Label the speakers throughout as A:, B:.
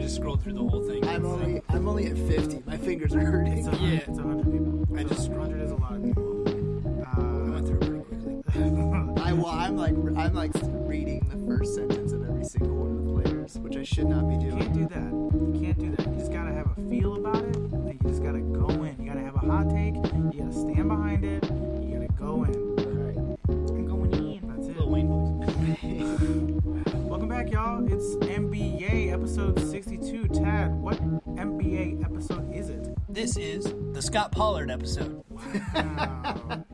A: just scrolled through the whole thing.
B: I'm only I'm only at 50. My fingers are
C: It's
B: hurting.
C: a hundred,
A: Yeah.
C: it's a hundred people.
A: I just-
C: hundred is a lot. Of
A: I
C: people.
A: went through pretty quickly.
C: Uh,
B: I well, I'm like I'm like reading the first sentence of every single one of the players, which I should not be
C: you can't
B: doing.
C: do that. You can't do that. You just gotta have a feel about it. Like you just gotta go in. You gotta have a hot take. You gotta stand behind it. You gotta go in.
B: All
C: I'm going in. That's it.
A: Lil Wayne voice.
B: right.
C: Welcome back, y'all. It's MBA episode 62. Tad, what MBA episode is it?
A: This is the Scott Pollard episode.
C: Wow.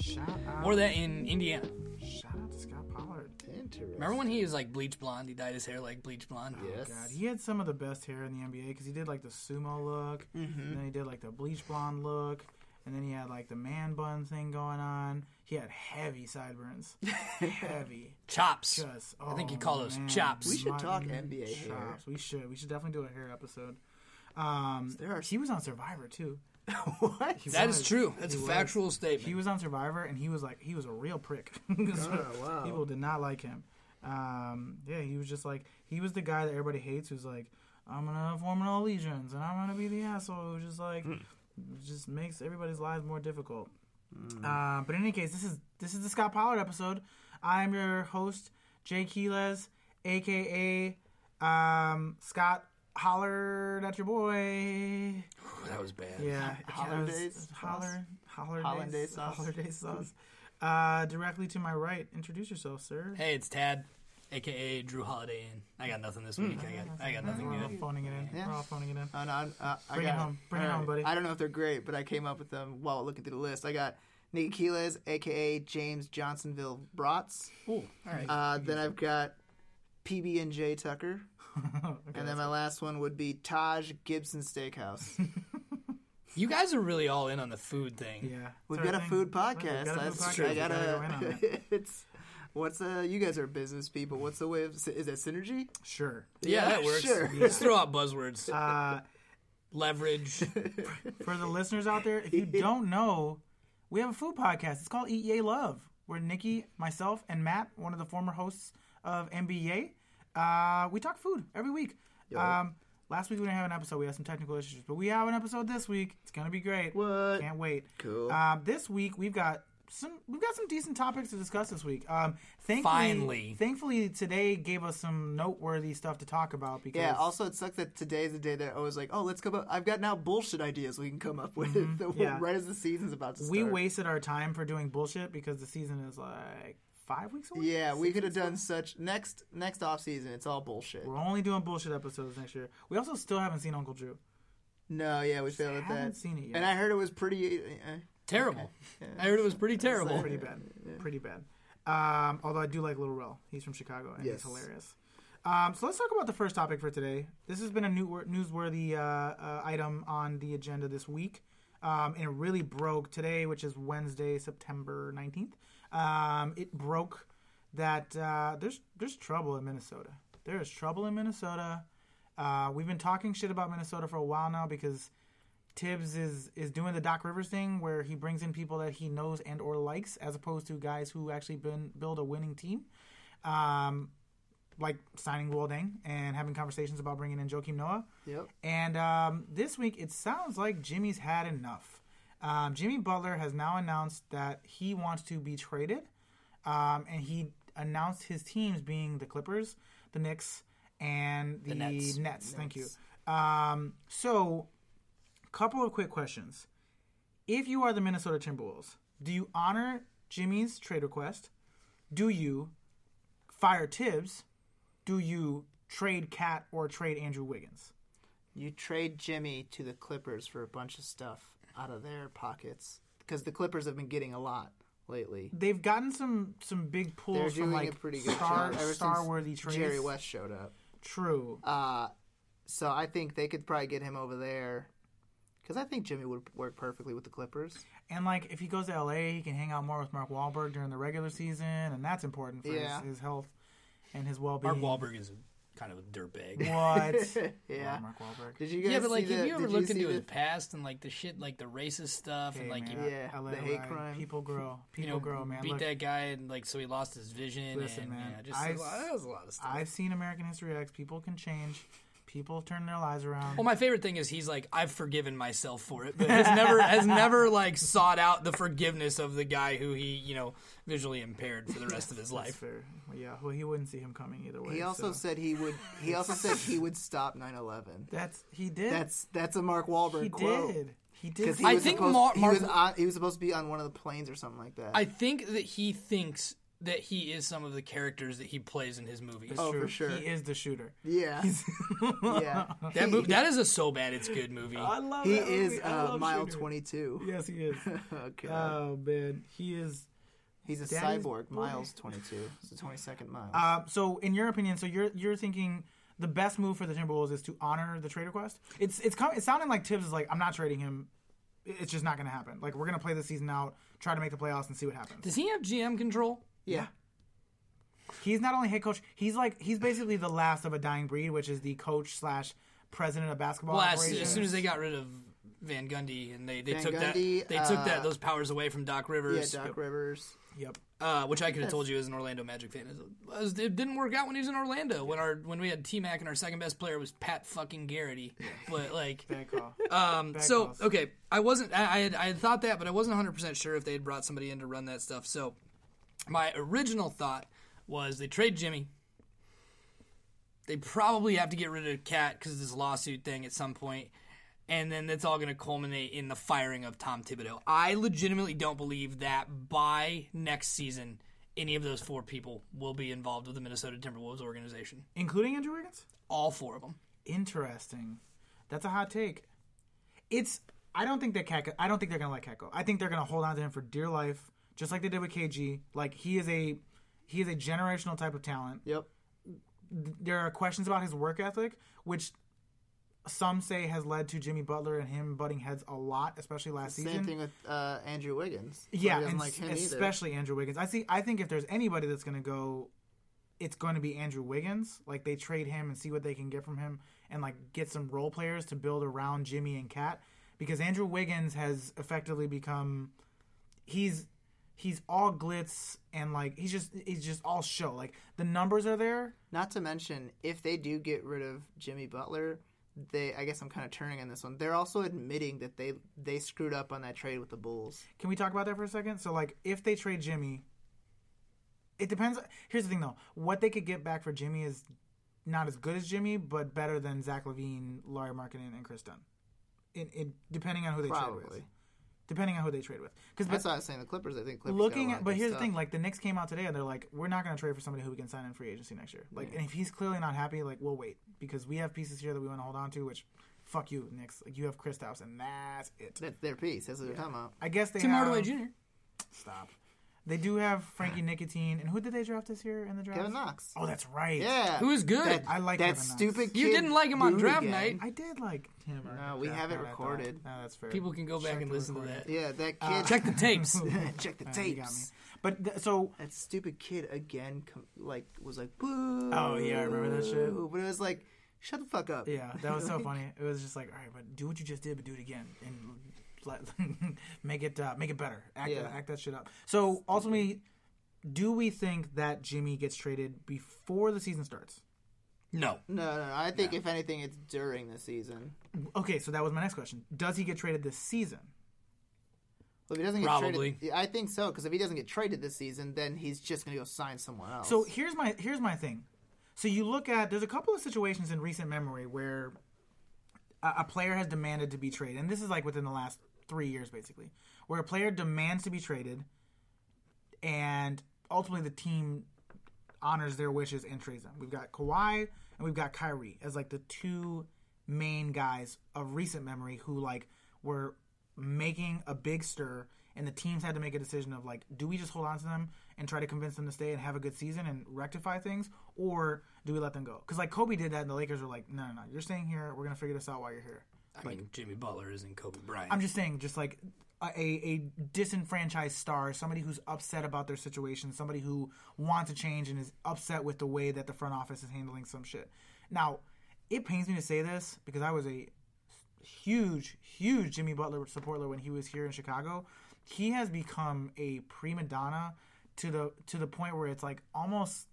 C: Shout out.
A: More of that in Indiana.
C: Shout out to Scott Pollard.
B: Interesting.
A: Remember when he was like bleach blonde? He dyed his hair like bleach blonde.
B: Yes.
C: God, he had some of the best hair in the NBA because he did like the sumo look,
A: Mm-hmm.
C: and then he did like the bleach blonde look, and then he had like the man bun thing going on. He had heavy sideburns, heavy.
A: Chops.
C: Just,
A: I think
C: oh,
A: you call those
C: man.
A: chops.
B: We should
C: My
B: talk NBA hair.
C: chops. We should. We should definitely do a hair episode. Um,
B: There are-
C: He was on Survivor too.
B: what?
C: He
A: That
C: was.
A: is true. That's a
C: He was.
A: factual statement.
C: He was on Survivor, and he was like, he was a real prick. So
B: wow.
C: People did not like him. Um, yeah, he was just like, he was the guy that everybody hates, who's like, I'm gonna form an allegiance, and I'm gonna be the asshole who just like, just makes everybody's lives more difficult. Uh, but in any case, this is this is the Scott Pollard episode. I am your host, Jay Keeles, aka um, Scott Hollard at your boy.
A: that was bad.
C: Yeah,
B: Hollandaise
C: was-
B: sauce?
C: Holler, holler,
B: Hollandaise sauce?
C: sauce. Hollandaise sauce. Uh, directly to my right, introduce yourself, sir.
A: Hey, it's Tad, aka Drew Holiday Inn. I got nothing this week. I got I got nothing
C: We're Hmm. all
A: good.
C: phoning it in.
B: Yeah.
C: We're all phoning it in.
B: Oh, no, I'm- uh, I
C: Bring it
B: got-
C: home. Bring it
B: all
C: home, buddy.
B: I don't know if they're great, but I came up with them while looking through the list. I got Nicky Keeles, aka James Johnsonville Brats.
A: Cool. All right.
B: Uh, then I've got PB and J Tucker,
C: okay.
B: Oh. and then my last one would be Taj Gibson Steakhouse.
A: You guys are really all in on the food thing.
C: yeah,
B: We've
C: It's our
B: got a
C: thing.
B: food
C: Right,
B: podcast.
C: We've got a food
B: That's
C: podcast.
B: true. I
C: We
B: gotta.
C: gotta go in on that.
B: it's what's uh you guys are business people. What's the way of is that synergy?
C: Sure.
A: Yeah,
B: Yeah,
A: that works.
B: sure.
A: Let's throw out buzzwords.
C: Uh,
A: Leverage.
C: for the listeners out there, if you don't know, we have a food podcast. It's called Eat Yay Love, where Nikki, myself, and Matt, one of the former hosts of NBA, uh, we talk food every week. Um, last week we didn't have an episode. We had some technical issues, but we have an episode this week. It's gonna be great.
B: What?
C: Can't wait.
B: Cool.
C: Um, this week we've got some we've got some decent topics to discuss this week. Um, thankfully,
A: Finally.
C: thankfully today gave us some noteworthy stuff to talk about because
B: Yeah. Also, it sucks that today is the day that I was like, oh, let's come up. I've got now bullshit ideas we can come up with that we'll-
C: Mm-hmm. Yeah.
B: right as the season's about to start.
C: we wasted our time for doing bullshit because the season is like five weeks away.
B: Yeah, we could have done such next next off season. It's all bullshit.
C: We're only doing bullshit episodes next year. We also still haven't seen Uncle Drew.
B: No, yeah, we failed at
C: haven't
B: that.
C: seen it yet.
B: And I heard it was pretty. Uh,
A: terrible. I heard it was pretty terrible.
C: Pretty bad. Pretty bad. Um, although I do like Little Rel. He's from Chicago and he's
B: Yes.
C: hilarious. Um, so let's talk about the first topic for today. This has been a new newsworthy uh, uh, item on the agenda this week, um, and it really broke today, which is Wednesday, September nineteenth. Um, it broke that uh, there's there's trouble in Minnesota. There is trouble in Minnesota. Uh, we've been talking shit about Minnesota for a while now because Tibbs is is doing the Doc Rivers thing where he brings in people that he knows and or likes as opposed to guys who actually been build a winning team. Um, like signing Waldang and having conversations about bringing in Joakim Noah.
B: Yep.
C: And um, this week, it sounds like Jimmy's had enough. Um, Jimmy Butler has now announced that he wants to be traded, um, and he announced his teams being the Clippers, the Knicks, and the,
A: Nets.
C: Nets. Thank you. Um, so, couple of quick questions. If you are the Minnesota Timberwolves, do you honor Jimmy's trade request? Do you fire Tibbs? Do you trade Cat or trade Andrew Wiggins?
B: you trade Jimmy to the Clippers for a bunch of stuff out of their pockets because the Clippers have been getting a lot lately.
C: They've gotten some some big
B: They're
C: pulls
B: doing
C: from
B: a
C: like
B: pretty good
C: star
B: job ever
C: star
B: since
C: worthy trades.
B: Jerry West showed up,
C: True.
B: uh, so I think they could probably get him over there because I think Jimmy would work perfectly with the Clippers.
C: And like if he goes to LA, he can hang out more with Mark Wahlberg during the regular season, and that's important for
B: Yeah.
C: his, his health and his well
A: Mark
C: being.
A: Wahlberg is kind of a dirtbag.
C: What?
B: Yeah.
C: Mark Wahlberg.
B: Did you guys
A: Yeah, but
B: see
A: like,
B: the,
A: have you ever
B: did
A: looked
B: see
A: into
B: the-
A: his past and like the shit, like the racist stuff,
C: Hey,
A: and like
C: man,
A: you,
B: yeah,
C: I let
B: the
C: it
B: hate
C: ride.
B: crime.
C: People grow. People
A: you know,
C: grow, man.
A: beat
C: Look,
A: that guy and like so he lost his vision.
C: Listen,
A: and,
C: man,
A: you know, just
C: I
A: that was a lot of stuff.
C: I've seen American History X. People can change. People turn their lives around.
A: Well, Oh my favorite thing is he's like, I've forgiven myself for it, but has never has never like sought out the forgiveness of the guy who he you know visually impaired for the rest of his
C: That's
A: life.
C: fair. Yeah, well, he wouldn't see him coming either way.
B: He also
C: so.
B: said he would. He also said he would stop 9/11.
C: that's he did.
B: That's that's a Mark Wahlberg
C: he
B: quote.
C: did. He did.
B: Because he
A: I
B: was
A: think
B: supposed,
A: Mar-
B: he
A: Mark-
B: was on, he was supposed to be on one of the planes or something like that.
A: I think that he thinks that he is some of the characters that he plays in his movies.
B: Oh, for
C: True.
B: sure.
C: He is the shooter.
B: yeah, yeah.
A: that movie, that is a so bad it's good movie.
C: I love
B: He
C: that movie.
B: is
C: I
B: uh,
C: love
B: mile
C: Shooter.
B: 22.
C: Yes, he is.
B: Oh, God.
C: oh man, he is.
B: He's a
C: Daddy's
B: cyborg.
C: boy.
B: Miles 22. It's the 22nd Miles.
C: Uh, so, in your opinion, so you're you're thinking the best move for the Timberwolves is to honor the trade request. It's it's com- it's sounding like Tibbs is like I'm not trading him. It- It's just not going to happen. Like we're going to play the season out, try to make the playoffs, and see what happens.
A: Does he have GM control?
B: yeah.
C: He's not only head coach. He's like he's basically the last of a dying breed, which is the coach slash president of basketball.
A: Well, as,
C: operations.
A: as soon as they got rid of Van Gundy and they, they
B: Van
A: took
B: Gundy,
A: that they took that
B: uh,
A: those powers away from Doc
B: Yeah,
A: Rivers,
B: Doc Rivers.
C: yep.
A: uh, which I could have told you as an Orlando Magic fan, It was- it didn't work out when he was in Orlando. When our when we had T Mac and our second best player was Pat fucking Garrity, but like.
C: Bad call.
A: Um, so
C: calls.
A: okay, I wasn't. I, I had I had thought that, but I wasn't 100 percent sure if they had brought somebody in to run that stuff. So my original thought was they trade Jimmy. They probably have to get rid of Cat because of this lawsuit thing at some point, and then that's all going to culminate in the firing of Tom Thibodeau. I legitimately don't believe that by next season any of those four people will be involved with the Minnesota Timberwolves organization.
C: Including Andrew Wiggins.
A: All four of them.
C: Interesting. That's a hot take. It's I don't think that Cat I don't think they're gonna let Cat go. I think they're gonna hold on to him for dear life, just like they did with KG. Like he is a he is a generational type of talent.
B: Yep.
C: There are questions about his work ethic, which some say has led to Jimmy Butler and him butting heads a lot, especially last season.
B: Same thing with uh, Andrew Wiggins.
C: Yeah,
B: He doesn't
C: and
B: like him either.
C: especially Andrew Wiggins. I see. I think if there's anybody that's going to go, it's going to be Andrew Wiggins. Like they trade him and see what they can get from him, and like get some role players to build around Jimmy and Cat, because Andrew Wiggins has effectively become, he's he's all glitz and like he's just he's just all show. Like the numbers are there.
B: Not to mention, if they do get rid of Jimmy Butler, they I guess I'm kind of turning on this one. They're also admitting that they they screwed up on that trade with the Bulls.
C: Can we talk about that for a second? So, like, if they trade Jimmy, it depends. Here's the thing, though: what they could get back for Jimmy is not as good as Jimmy, but better than Zach Levine, Larry Markkinen, and Chris Dunn. It, it depending on who they trade with.
B: Probably.
C: Depending on who they trade with, because
B: That's why I was saying the Clippers. I think Clippers got a
C: looking
B: lot
C: at
B: of
C: but
B: good
C: here's
B: stuff.
C: the thing like the Knicks came out today and they're like we're not going to trade for somebody who we can sign in free agency next year like and if he's clearly not happy like we'll wait because we have pieces here that we want to hold on to which fuck you Knicks like you have Kristaps and that's it
B: That's their piece. That's what they're talking about.
C: I guess they
A: Tim
C: have,
A: Hardaway Jr.
C: Stop. They do have Frankie Nicotine, and who did they draft this year in the draft?
B: Kevin Knox.
C: Oh, that's right.
B: Yeah.
A: Who is good?
B: That,
C: I like
B: that
C: Kevin Knox.
B: stupid.
A: You
B: kid
A: didn't like him on
B: Boone
A: draft
B: again.
A: night.
C: I did like him. on
B: No,
C: the
B: we
C: draft,
B: have it
C: but I thought-
B: recorded.
C: No, that's fair.
A: People can go back
C: Check
A: and
C: the
A: listen to
C: recording.
A: that.
B: Yeah, that kid.
A: Check the tapes.
B: check the
C: Uh, You got me.
B: tapes.
C: But th- so
B: That stupid kid again, com- like was like, boo.
C: Oh, yeah, I remember that shit.
B: But it was like, shut the fuck up.
C: yeah, that was so funny. It was just like, all right, but do what you just did, but do it again, and let, make it uh, make it better. Act
B: Yeah.
C: act that shit up. So ultimately, do we think that Jimmy gets traded before the season starts?
A: No.
B: No, no, no. I think if anything, it's during the season.
C: Okay, so that was my next question. Does he get traded this season?
B: Well, if he doesn't get
A: Probably.
B: traded, I think so. Because if he doesn't get traded this season, then he's just gonna go sign someone else.
C: So here's my here's my thing. So you look at there's a couple of situations in recent memory where a, a player has demanded to be traded, and this is like within the last three years basically, where a player demands to be traded, and ultimately the team honors their wishes and trades them. We've got Kawhi and we've got Kyrie as like the two main guys of recent memory who like were making a big stir and the teams had to make a decision of like do we just hold on to them and try to convince them to stay and have a good season and rectify things or do we let them go cuz like Kobe did that and the Lakers were like no no no you're staying here we're going to figure this out while you're here
A: I mean, Jimmy Butler isn't Kobe Bryant.
C: I'm just saying, just like a, a a disenfranchised star, somebody who's upset about their situation, somebody who wants to change and is upset with the way that the front office is handling some shit. Now, it pains me to say this because I was a huge, huge Jimmy Butler supporter when he was here in Chicago. He has become a prima donna to the to the point where it's like almost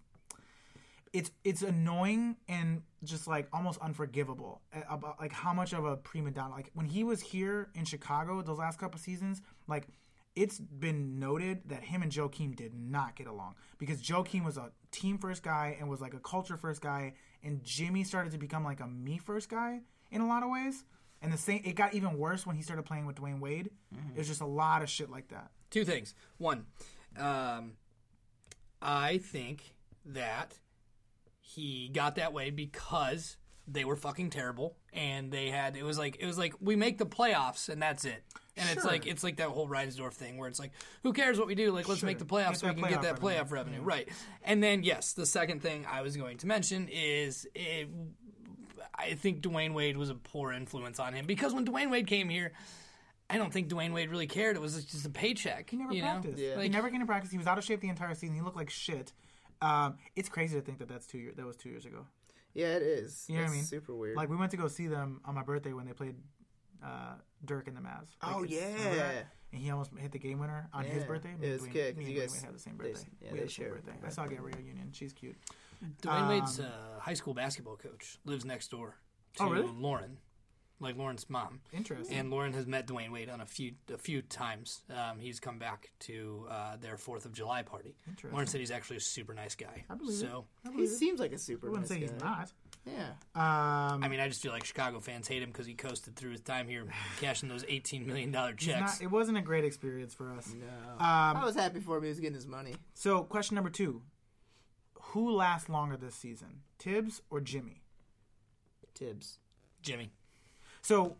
C: it's it's annoying and just like almost unforgivable uh, about like how much of a prima donna like when he was here in Chicago those last couple seasons like it's been noted that him and Joakim did not get along because Joakim was a team first guy and was like a culture first guy and Jimmy started to become like a me first guy in a lot of ways and the same it got even worse when he started playing with Dwayne Wade it was just a lot of shit like that
A: Two things. One, um, I think that he got that way because they were fucking terrible and they had it was like it was like we make the playoffs and that's it. And it's
C: Sure.
A: like it's like that whole Reinsdorf thing where it's like who cares what we do like let's make the playoffs
C: Get
A: so we
C: that
A: can get
C: playoff
A: that
C: revenue.
A: playoff revenue right. And then yes, the second thing I was going to mention is it, I think Dwayne Wade was a poor influence on him because when Dwayne Wade came here, I don't think Dwayne Wade really cared. It was just a paycheck.
C: He never
A: you know?
C: practiced.
B: Yeah.
C: He
A: Like-
C: never came to practice. He was out of shape the entire season. He looked like shit. Um, it's crazy to think that that's two year, that was two years ago.
B: Yeah, it is.
C: know what I
B: it's
C: mean?
B: super weird.
C: Like we went to go see them on my birthday when they played uh, Dirk and the Mavs. Like,
B: Oh,
C: it's- remember that?
B: yeah.
C: and he almost hit the game winner on his
B: Yeah.
C: birthday.
B: It
C: Me and
B: was
C: Dwayne-
B: good, 'cause
C: Me and
B: you
C: Dwayne
B: guys-
C: had the same
B: they- yeah,
C: birthday. we
B: they
C: had the same
B: share
C: birthday. I saw get Rio Union. She's cute.
A: Dwayne
C: um,
A: Wade's uh, high school basketball coach lives next door to
C: Oh, really?
A: Lauren, like Lauren's mom.
C: Interesting.
A: And Lauren has met Dwayne Wade on a few a few times. Um, he's come back to uh, their Fourth of July party.
C: Interesting.
A: Lauren said he's actually a super nice guy.
C: believe it.
A: so
B: he seems like a super
C: I
B: nice
C: wouldn't say
B: guy.
C: he's not.
B: Yeah.
C: Um,
A: I mean, I just feel like Chicago fans hate him because he coasted through his time here, cashing those eighteen million dollar checks.
C: not- it wasn't a great experience for us.
B: No.
C: Um,
B: I was happy for him. He was getting his money.
C: So, question number two: Who lasts longer this season, Tibbs or Jimmy?
B: Tibbs.
A: Jimmy,
C: So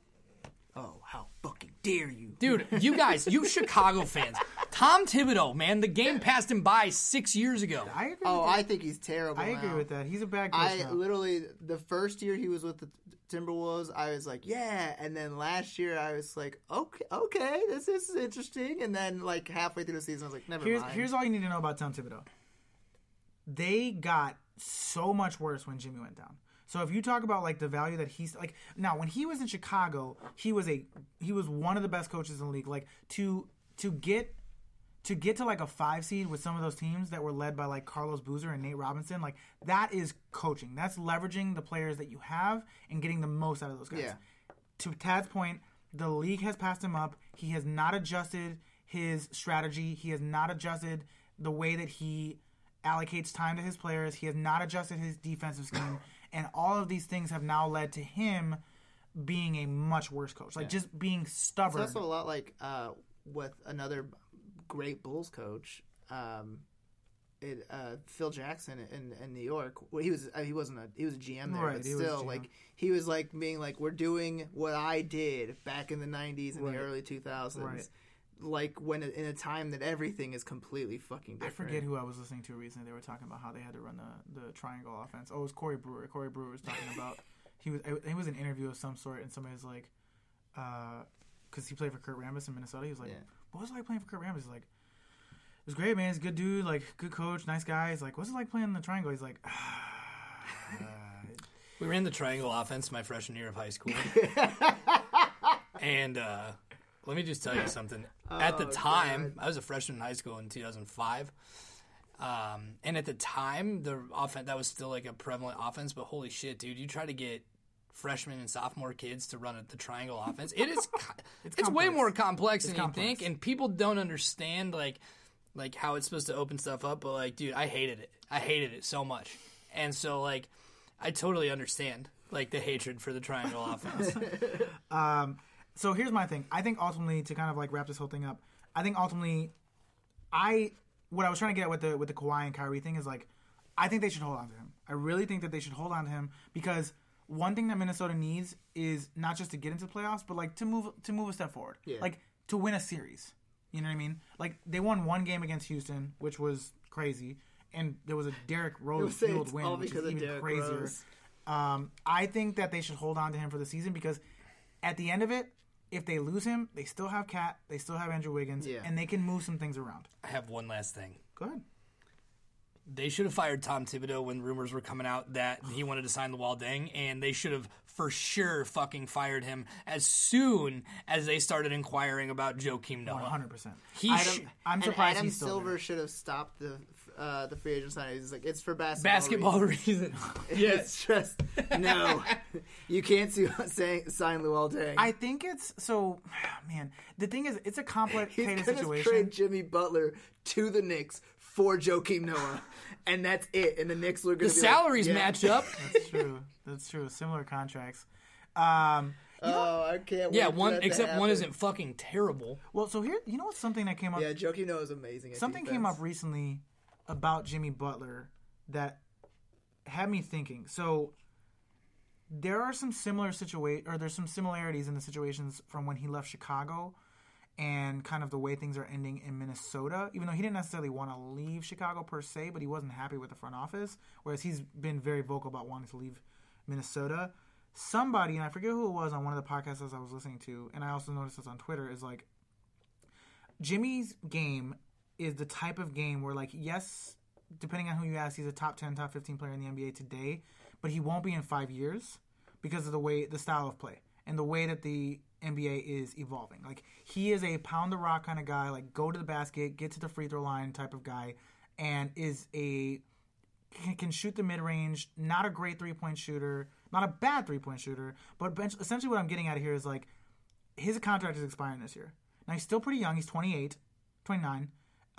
B: Oh, how fucking dare you!
A: dude, you guys, you Chicago fans, Tom Thibodeau, man, the game passed him by six years ago.
C: I agree.
B: Oh,
C: with
B: I think he's terrible.
C: that. I agree
B: now.
C: with that. He's a bad coach.
B: I
C: now.
B: literally the first year he was with the Timberwolves, I was like, yeah, and then last year I was like, okay, okay, this is interesting, and then like halfway through the season I was like, never
C: here's
B: mind.
C: here's all you need to know about Tom Thibodeau. They got so much worse when Jimmy went down. So if you talk about like the value that he's like now when he was in Chicago, he was a he was one of the best coaches in the league. Like to to get to get to like a five seed with some of those teams that were led by like Carlos Boozer and Nate Robinson, like that is coaching. That's leveraging the players that you have and getting the most out of those guys.
B: Yeah.
C: To Tad's point, the league has passed him up. He has not adjusted his strategy. He has not adjusted the way that he allocates time to his players. He has not adjusted his defensive scheme. and all of these things have now led to him being a much worse coach. Like just being stubborn.
B: It's also a lot like uh, with another great Bulls coach, um, it, uh, Phil Jackson in, in New York. Well, he was uh, he wasn't a he was a GM there,
C: Right,
B: but
C: he was a
B: still
C: GM.
B: like he was like being like we're doing what I did back in the '90s and the early 2000s.
C: Right.
B: Like when in a time that everything is completely fucking
C: I
B: different.
C: forget who I was listening to recently. They were talking about how they had to run the, the triangle offense. Oh, it was Corey Brewer. Corey Brewer was talking about he was it was an interview of some sort, and somebody's like, because he played for Kurt Rambis in Minnesota. He was like,
B: Yeah.
C: what was it like playing for Kurt Rambis? He's like, it was great, man. He's a good dude, like good coach, nice guy. He's like, what's it like playing in the triangle? He's like,
A: We ran the triangle offense my freshman year of high school. and uh, let me just tell you something. At the time, I was a freshman in high school in 2005. Um, and at the time, the offense that was still like a prevalent offense, but holy shit, dude, you try to get freshmen and sophomore kids to run at the triangle offense. It is co- it's, way
C: complex.
A: more complex than you
C: complex.
A: think and people don't understand like like how it's supposed to open stuff up, but like dude, I hated it. I hated it so much. And so like I totally understand like the hatred for the triangle offense.
C: so here's my thing. I think ultimately to kind of like wrap this whole thing up. I think ultimately, I what I was trying to get at with the with the Kawhi and Kyrie thing is like, I think they should hold on to him. I really think that they should hold on to him because one thing that Minnesota needs is not just to get into the playoffs, but like to move to move a step forward.
B: Yeah.
C: Like to win a series. You know what I mean? Like they won one game against Houston, which was crazy, and there was a Derrick Rose
B: say
C: field
B: it's
C: win,
B: all
C: which
B: because
C: is
B: of
C: even
B: Derrick
C: crazier.
B: Rose.
C: Um, I think that they should hold on to him for the season because at the end of it, if they lose him, they still have Cat, they still have Andrew Wiggins,
B: Yeah.
C: and they can move some things around.
A: I have one last thing.
C: Go ahead.
A: They should have fired Tom Thibodeau when rumors were coming out that he wanted to sign the Waldang, and they should have for sure fucking fired him as soon as they started inquiring about Joakim Noah.
C: 100%.
A: He
C: I
A: sh-
C: don't- I'm surprised
B: and Adam
C: he's still
B: Silver
C: there.
B: should have stopped the uh, the free agent signing. He's like, it's for basketball.
A: Basketball reason. yes.
B: It's just no. you can't see, say, sign Luol Deng.
C: I think it's so, man. The thing is, it's a
B: He's
C: complicated
B: gonna
C: situation.
B: trade Jimmy Butler to the Knicks for Joakim Noah, and that's it. And the Knicks are going
A: The
B: to
A: salaries
B: like, yeah.
A: match up.
C: That's true. That's true. Similar contracts. Um,
B: Oh, I can't.
A: Yeah,
B: wait for
A: one
B: that to
A: except one
B: happen.
A: isn't fucking terrible.
C: well, so here, you know what's something that came up?
B: Yeah, Joakim Noah is amazing. At
C: something came up recently about Jimmy Butler that had me thinking. So there are some similar situa- or there's some similarities in the situations from when he left Chicago and kind of the way things are ending in Minnesota, even though he didn't necessarily want to leave Chicago per se, but he wasn't happy with the front office, whereas he's been very vocal about wanting to leave Minnesota. Somebody, and I forget who it was on one of the podcasts I was listening to, and I also noticed this on Twitter, is like Jimmy's game is the type of game where, like, yes, depending on who you ask, he's a top 10, top 15 player in the NBA today, but he won't be in five years because of the way, the style of play and the way that the NBA is evolving. Like, he is a pound the rock kind of guy, like, go to the basket, get to the free throw line type of guy, and is a can, can shoot the mid range. Not a great three point shooter. Not a bad three point shooter. But bench, essentially, what I'm getting at here is like his contract is expiring this year. Now he's still pretty young. He's 28, 29. Um,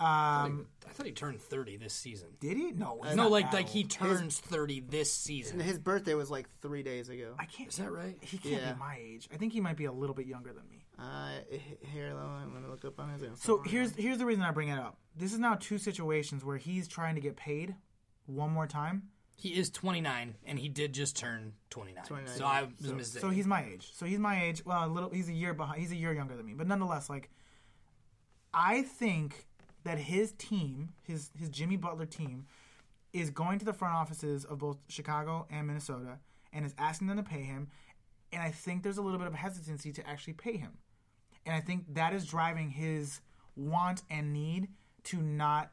A: I thought he turned thirty this season.
C: did he? No, he's
A: uh, No,
C: not
A: like
C: that
A: like he
C: old.
A: turns thirty this season.
B: His birthday was like three days ago.
C: I can't.
A: Is that right?
C: He can't
B: Yeah.
C: be my age. I think he might be a little bit younger than me.
B: Uh, here, I'm going to look up on his. Instagram.
C: So here's here's the reason I bring it up. This is now two situations where he's trying to get paid one more time.
A: He is twenty nine, and he did just turn twenty nine.
B: 29,
A: So I was
B: so-
A: mistaken.
C: So he's my age. So he's my age. Well, a little. He's a year behind. He's a year younger than me. But nonetheless, like, I think that his team, his his Jimmy Butler team, is going to the front offices of both Chicago and Minnesota and is asking them to pay him. And I think there's a little bit of hesitancy to actually pay him. And I think that is driving his want and need to not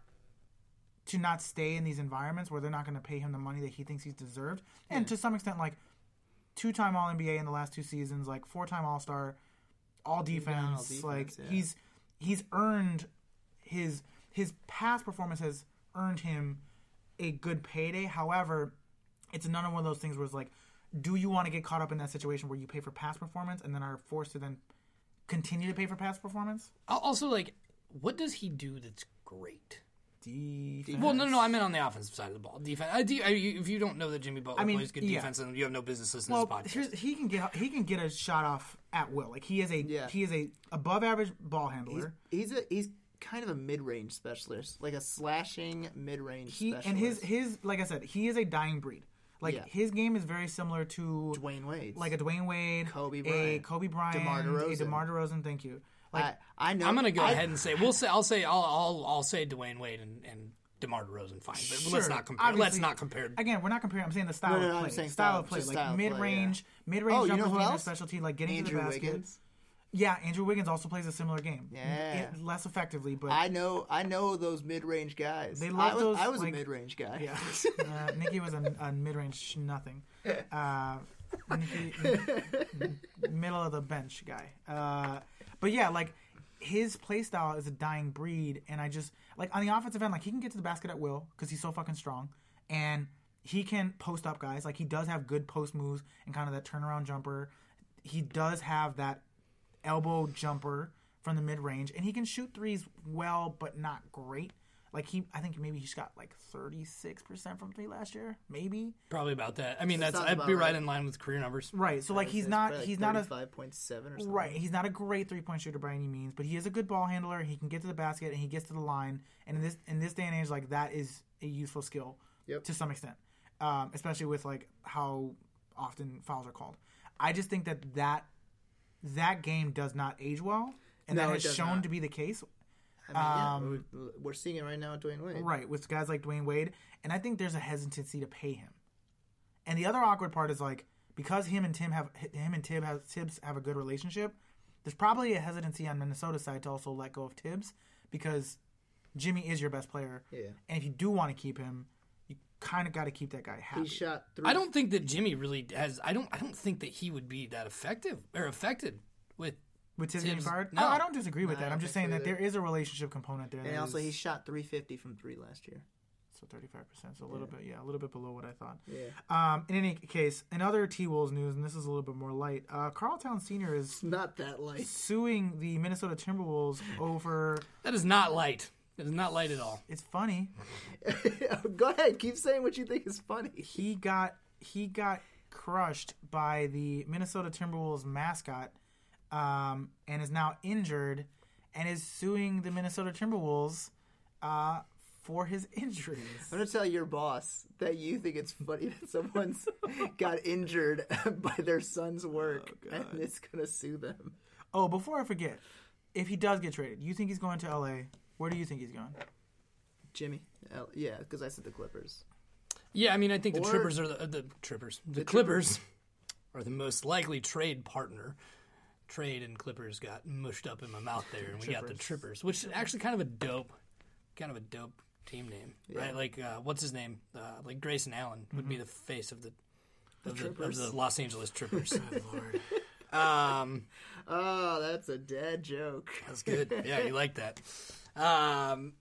C: to not stay in these environments where they're not going to pay him the money that he thinks he's deserved. And to some extent, like two time All NBA in the last two seasons, like four time All Star, all defense.
B: defense,
C: like
B: yeah.
C: he's he's earned his his past performance has earned him a good payday. However, it's another one of those things where it's like, do you want to get caught up in that situation where you pay for past performance and then are forced to then continue to pay for past performance?
A: Al- also like, what does he do that's great?
C: Defense.
A: Well, no, no, I meant on the offensive side of the ball. Defense. I, de- I, you- if you don't know that Jimmy Butler
C: mean,
A: plays good
C: yeah.
A: defense, then you have no business listening
C: Well,
A: to this podcast.
C: here's, he can get he can get a shot off at will. Like he is a
B: Yeah.
C: he is a above average ball handler.
B: he's a he's kind of a mid range specialist, like a slashing mid range.
C: he and his his like I said, he is a dying breed. Like
B: Yeah.
C: his game is very similar to
B: Dwayne Wade,
C: like a Dwayne Wade,
B: Kobe
C: a
B: Bryant,
C: Kobe Bryant,
B: DeMar
C: a
B: DeRozan.
C: DeMar DeRozan. Thank you. Like
B: I, I know.
A: I'm gonna go
B: I-
A: ahead and say we'll say I'll say I'll I'll, I'll say Dwayne Wade and, and Demar Derozan fine, but let's
C: Sure,
A: not compare. Let's
C: obviously.
A: not compare.
C: again, we're not comparing. I'm saying the style
B: No, no,
C: of
B: no,
C: play,
B: I'm saying
C: style
B: style,
C: of play,
B: just
C: like
B: style of play,
C: mid
B: yeah.
C: range, mid
B: Oh,
C: range
B: you know
C: jumpers
B: who
C: being their
B: else?
C: specialty, like getting to
B: Andrew
C: the basket.
B: Wiggins.
C: Yeah, Andrew Wiggins also plays a similar game,
B: Yeah.
C: It- less effectively, but
B: I know. I know those mid range guys.
C: They love
B: I was,
C: those,
B: I was
C: like-
B: a mid range guy.
C: Yeah, uh, Nikki was a, a mid-range nothing. Uh, Nikki, m- middle of the bench guy. Uh, but yeah, like his play style is a dying breed, and I just like on the offensive end, like he can get to the basket at will because he's so fucking strong, and he can post up guys. Like he does have good post moves and kind of that turnaround jumper. He does have that elbow jumper from the mid range, and he can shoot threes well, but not great. Like he, I think maybe he shot like thirty six percent from three last year, maybe.
A: Probably about that. I mean, that's
B: sounds
A: I'd be
B: about
A: right
B: right.
A: in line with career numbers.
C: Right. So like he's not, he's not a
B: five point seven or something.
C: right. He's not a great three point shooter by any means, but he is a good ball handler. He can get to the basket and he gets to the line. And in this in this day and age, like that is a useful skill
B: Yep.
C: to some extent, um, especially with like how often fouls are called. I just think that that that game does not age well, and
B: No,
C: that
B: it
C: is
B: does
C: shown
B: not.
C: to be the case.
B: I mean, yeah, we're, we're seeing it Um, right now with Dwayne Wade.
C: Right, with guys like Dwayne Wade, and I think there's a hesitancy to pay him. And the other awkward part is like because him and Tim have him and Tib have Tibbs have a good relationship. There's probably a hesitancy on Minnesota's side to also let go of Tibbs because Jimmy is your best player.
B: Yeah.
C: And if you do want to keep him, you kind of got to keep that guy happy.
B: He shot three.
A: I don't think that Jimmy really has. I don't. I don't think that he would be that effective or affected with.
C: with Tibbs getting
A: Tibbs-
C: fired, Oh,
A: no.
C: I, I don't disagree with
B: I
C: that. I'm
B: don't
C: just
B: think
C: saying
B: so
C: that there
B: either.
C: is a relationship component there.
B: And
C: that
B: also,
C: is-
B: he shot three fifty from three last year.
C: So 35%. So a little bit, yeah, a little bit below what I thought.
B: Yeah.
C: Um, in any case, in other T Wolves news, and this is a little bit more light, uh, Carltown Sr. is
B: Not that light.
C: suing the Minnesota Timberwolves over.
A: That is not light. That is not light at all.
C: It's funny.
B: Go ahead. Keep saying what you think is funny.
C: He got he got crushed by the Minnesota Timberwolves mascot, um, and is now injured, and is suing the Minnesota Timberwolves uh, for his injuries.
B: I'm gonna tell your boss that you think it's funny that someone's got injured by their son's work, and it's gonna sue them.
C: Oh, before I forget, if he does get traded, you think he's going to LA? Where do you think he's going?
B: Jimmy, L- yeah, because I said the Clippers.
A: Yeah, I mean, I think the
B: Or-
A: Trippers are the, uh, the Trippers. The, Clippers are the most likely trade partner. Trade and Clippers got mushed up in my mouth there, and we got the Trippers, which is actually kind of a dope, kind of a dope team name, right? Like, uh, what's his name? Uh, like Grayson Allen would be the face of the of Mm-hmm. the, Oh, of the Los Angeles Trippers. Um,
B: Oh, that's a dead joke.
A: that's good. Yeah, you like that. Um,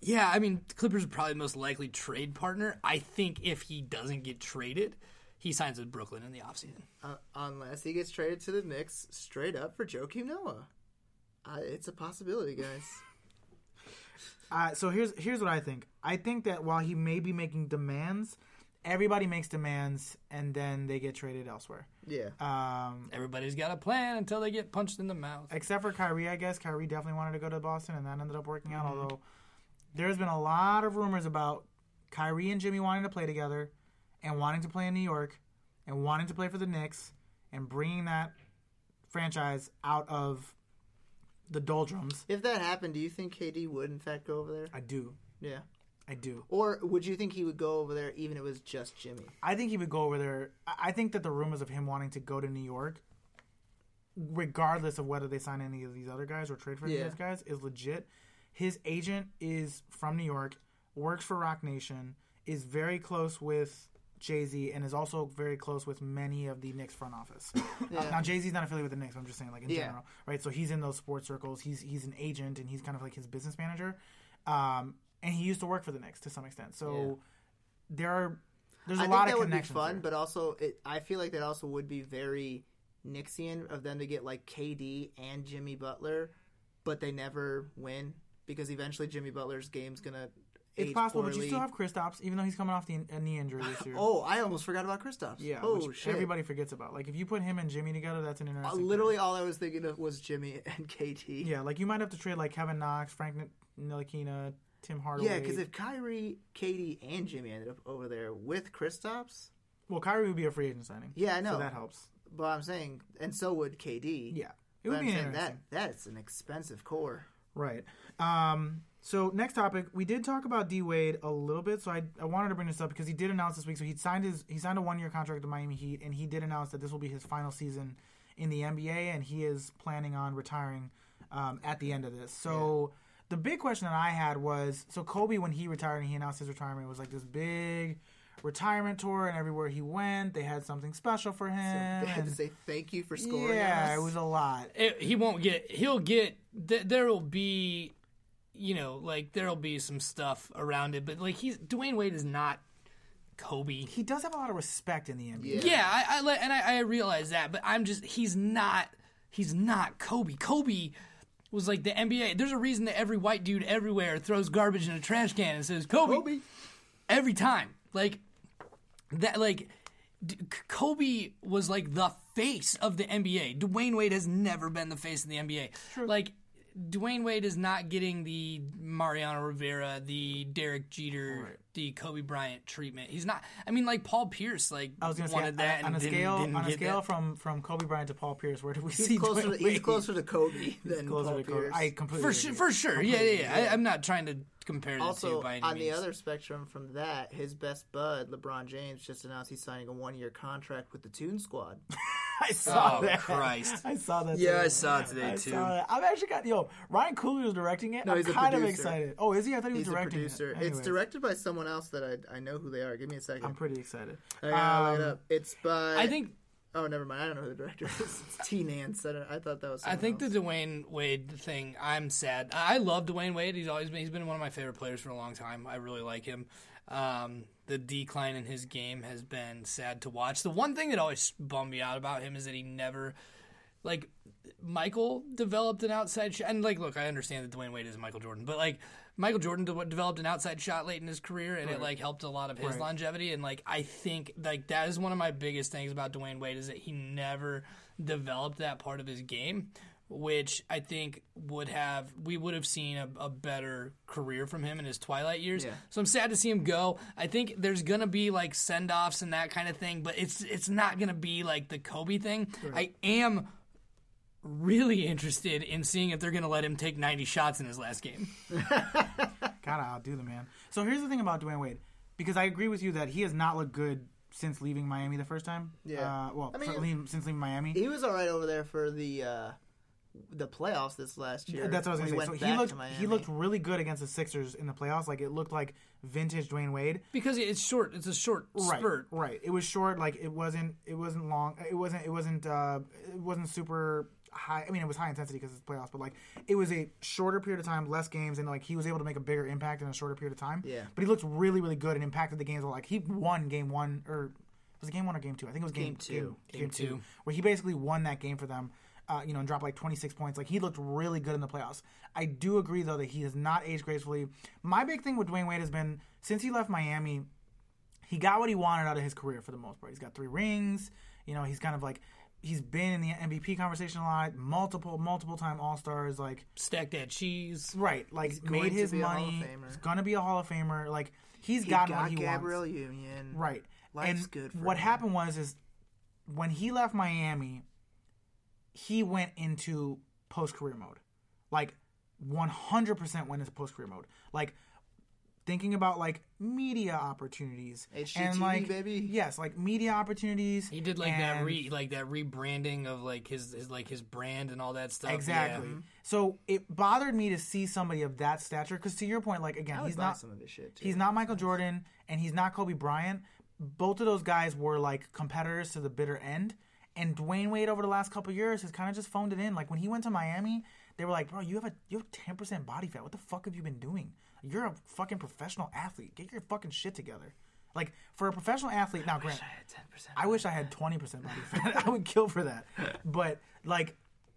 A: yeah, I mean, Clippers are probably the most likely trade partner. I think if he doesn't get traded, he signs with Brooklyn in the offseason.
B: Uh, unless he gets traded to the Knicks straight up for Joakim Noah. Uh, it's a possibility, guys.
C: Uh, so here's here's what I think. I think that while he may be making demands, everybody makes demands and then they get traded elsewhere.
B: Yeah.
C: Um,
A: Everybody's got a plan until they get punched in the mouth.
C: except for Kyrie, I guess Kyrie definitely wanted to go to Boston and that ended up working out. Although there's been a lot of rumors about Kyrie and Jimmy wanting to play together and wanting to play in New York and wanting to play for the Knicks and bringing that franchise out of the doldrums.
B: If that happened, do you think KD would in fact go over there?
C: I do.
B: Yeah.
C: I do.
B: Or would you think he would go over there even if it was just Jimmy?
C: I think he would go over there. I- I think that the rumors of him wanting to go to New York, regardless of whether they sign any of these other guys or trade for any
B: Yeah.
C: of these guys, is legit. His agent is from New York, works for Rock Nation, is very close with Jay Z, and is also very close with many of the Knicks front office. Uh, now Jay Z's not affiliated with the Knicks. I'm just saying, like in
B: Yeah.
C: general, right? So he's in those sports circles. He's he's an agent, and he's kind of like his business manager. Um, and he used to work for the Knicks to some extent. So there are there's a
B: I think
C: lot
B: that
C: of
B: would be
C: connections.
B: fun,
C: there.
B: but also it, I feel like that also would be very Knixian of them to get like KD and Jimmy Butler, but they never win because eventually Jimmy Butler's game's gonna.
C: It's
B: age
C: possible, but
B: poorly.
C: you still have Kristaps, even though he's coming off the a knee injury this year.
B: Oh, I almost forgot about Kristaps.
C: yeah,
B: Oh
C: which
B: shit.
C: everybody forgets about. Like if you put him and Jimmy together, that's an
B: Uh,
C: interesting. pair.
B: literally, all I was thinking of was Jimmy and KD.
C: yeah, like you might have to trade like Kevin Knox, Frank N- Ntilikina, Tim Hardaway.
B: Yeah, because if Kyrie, KD, and Jimmy ended up over there with Kristaps,
C: well, Kyrie would be a free agent signing.
B: Yeah, I know.
C: So that helps.
B: but I'm saying, and so would KD.
C: Yeah, it
B: But
C: would
B: I'm
C: be
B: saying
C: interesting.
B: that that's an expensive core.
C: Right. Um, so next topic, we did talk about D Wade a little bit, so I, I wanted to bring this up because he did announce this week. So he signed his he signed a one year contract with Miami Heat, and he did announce that this will be his final season in the NBA, and he is planning on retiring um, at the end of this. So the big question that I had was, so Kobe when he retired and he announced his retirement it was like this big retirement tour, and everywhere he went, they had something special for him.
B: They had to
C: and-
B: say thank you for scoring. on
C: yeah,
B: us.
C: it was a lot.
A: It- he won't get, he'll get, th- there'll be, you know, like there'll be some stuff around it, but like he's, Dwayne Wade is not Kobe.
C: He does have a lot of respect in the NBA.
B: Yeah.
A: Yeah, I, I let- and I, I realize that, but I'm just he's not he's not Kobe. Kobe was like the NBA. There's a reason that every white dude everywhere throws garbage in a trash can and says Kobe,
B: Kobe.
A: every time. Like that like d- K- Kobe was like the face of the NBA. Dwayne Wade has never been the face of the NBA. Like Dwayne Wade is not getting the Mariano Rivera, the Derek Jeter, the Kobe Bryant treatment. He's not. I mean, like Paul Pierce, like
C: I was gonna say
A: wanted
C: on,
A: that
C: on
A: and
C: a
A: didn't-
C: scale
A: didn't
C: on a
A: get
C: scale
A: that.
C: from from Kobe Bryant to Paul Pierce, where do we see
B: He's closer, to,
C: Dwayne
B: he's
C: Wade?
B: closer to Kobe than
C: Closer
B: Paul
C: to Kobe.
B: Pierce.
C: I completely
A: for
C: agree.
A: sure, for sure, yeah, yeah. yeah. I, I'm not trying to compare the two
B: also,
A: by any
B: on
A: means.
B: the other spectrum from that, his best bud, LeBron James, just announced he's signing a one-year contract with the Toon Squad.
C: I saw
A: Oh,
C: that.
A: Christ.
C: I saw that.
A: yeah,
C: today.
A: I saw it today
C: I
A: too.
C: saw that. I've actually got yo Ryan Coogler is directing it. I'm
B: he's a
C: kind of
B: producer.
C: excited. Oh, is he? I thought he was
B: He's a
C: directing
B: producer.
C: it.
B: It's
C: Anyways,
B: directed by someone else that I, I know who they are. Give me a second.
C: I'm pretty excited.
B: I gotta look it
C: Um,
B: up. It's by
A: I think
B: Oh, never mind. I don't know who the director is. It's T Nance. I, don't, I thought that was.
A: I
B: someone
A: think
B: else.
A: the Dwayne Wade thing. I'm sad. I I love Dwayne Wade. He's always been, he's been one of my favorite players for a long time. I really like him. Um, the decline in his game has been sad to watch. The one thing that always bummed me out about him is that he never, like, Michael developed an outside shot. And like, look, I understand that Dwayne Wade is Michael Jordan, but like, Michael Jordan de- developed an outside shot late in his career, and it like helped a lot of his longevity. And like, I think like that is one of my biggest things about Dwayne Wade is that he never developed that part of his game, which I think would have we would have seen a, a better career from him in his twilight years.
B: Yeah.
A: So I'm sad to see him go. I think there's gonna be like send offs and that kind of thing, but it's it's not gonna be like the Kobe thing. I am really interested in seeing if they're going to let him take 90 shots in his last game.
C: Gotta outdo the man. So here's the thing about Dwayne Wade, because I agree with you that he has not looked good since leaving Miami the first time.
B: Yeah.
C: Uh, well,
B: I mean-
C: for- leaving- since leaving Miami.
B: he was all right over there for the uh, the playoffs this last year.
C: That's what I was
B: when
C: gonna say.
B: went
C: So he
B: back
C: looked
B: to
C: he looked really good against the Sixers in the playoffs. Like it looked like vintage Dwayne Wade.
A: Because it's short. It's a short
C: Right,
A: spurt.
C: right. It was short. Like it wasn't it wasn't long. It wasn't it wasn't uh it wasn't super high. I mean, it was high intensity because it's playoffs, but like it was a shorter period of time, less games, and like he was able to make a bigger impact in a shorter period of time.
B: Yeah.
C: But he looked really really good and impacted the games. a lot. Like he won game one or was it game one or game two? I think it was game,
B: Game two.
C: Game,
A: Game
C: two.
A: two.
C: Where he basically won that game for them. Uh, you know, and dropped like 26 points. Like he looked really good in the playoffs. I do agree though that he has not aged gracefully. My big thing with Dwayne Wade has been since he left Miami, he got what he wanted out of his career for the most part. He's got three rings. You know, he's kind of like he's been in the MVP conversation a lot, multiple multiple time All Stars. Like
A: Stack that cheese.
C: right, like
B: going
C: made
B: to
C: his
B: be a Hall of
C: money.
B: Famer.
C: He's gonna be a Hall of Famer. Like he's
B: He
C: gotten
B: got
C: what he
B: Gabriel
C: wants.
B: Union.
C: Right.
B: Life's
C: and
B: good for
C: what
B: him.
C: happened was is when he left Miami, he went into post career mode. Like 100% went into post career mode. Like thinking about like media opportunities and
B: HGTV,
C: like
B: baby.
C: yes, like media opportunities.
A: He did like that
C: and-
A: re like that rebranding of like his, his like his brand and all that stuff.
C: Exactly.
A: Yeah.
C: So it bothered me to see somebody of that stature because to your point, like again,
B: I would
C: he's
B: buy
C: not
B: some of his shit too.
C: He's not Michael Jordan and he's not Kobe Bryant. Both of those guys were like competitors to the bitter end. And Dwayne Wade over the last couple of years has kind of just phoned it in. Like when he went to Miami, they were like, "Bro, you have a you have ten percent body fat. What the fuck have you been doing? You're a fucking professional athlete. Get your fucking shit together." Like for a professional athlete, now Grant, I wish I had 20% body fat. I would kill for that. But like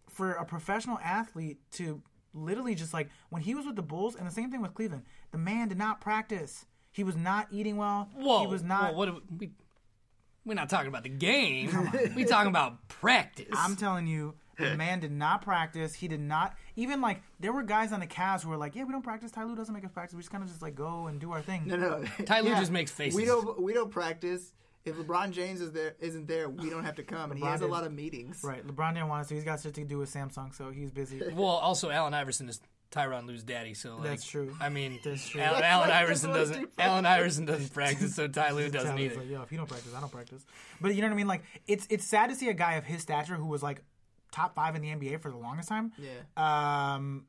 C: for a professional athlete to literally just like when he was with the Bulls and the same thing with Cleveland, the man did not practice. He was not eating well.
A: Whoa.
C: he was not
A: Whoa, what do we, we, we're not talking about the game. we're talking about practice.
C: I'm telling you, the man did not practice. He did not even like there were guys on the Cavs who were like, "Yeah, we don't practice. Tyloo doesn't make us practice. We just kind of just like go and do our thing."
B: no, no.
A: Ty Lue
B: Yeah.
A: just makes faces.
B: We don't. We don't practice. If LeBron James is there, isn't there, we don't have to come. And he
C: LeBron
B: has a
C: did-
B: lot of meetings.
C: Right. LeBron didn't want it, so he's got shit to do with Samsung, so he's busy.
A: Well, also Allen Iverson is Tyron Lue's daddy, so like,
C: That's true.
A: I mean,
C: That's true.
A: Allen, Allen Iverson
B: what I
A: doesn't.
B: do practice.
A: Allen Iverson doesn't practice, so Ty Lue doesn't
C: Tyler's
A: either.
C: Like, Yo, if you don't practice, I don't practice. But you know what I mean? Like, it's it's sad to see a guy of his stature who was like top five in the NBA for the longest time,
B: Yeah.
C: um,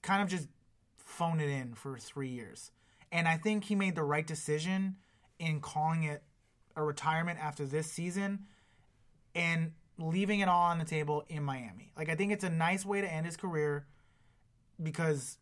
C: kind of just phone it in for three years. And I think he made the right decision in calling it a retirement after this season and leaving it all on the table in Miami. Like, I think it's a nice way to end his career because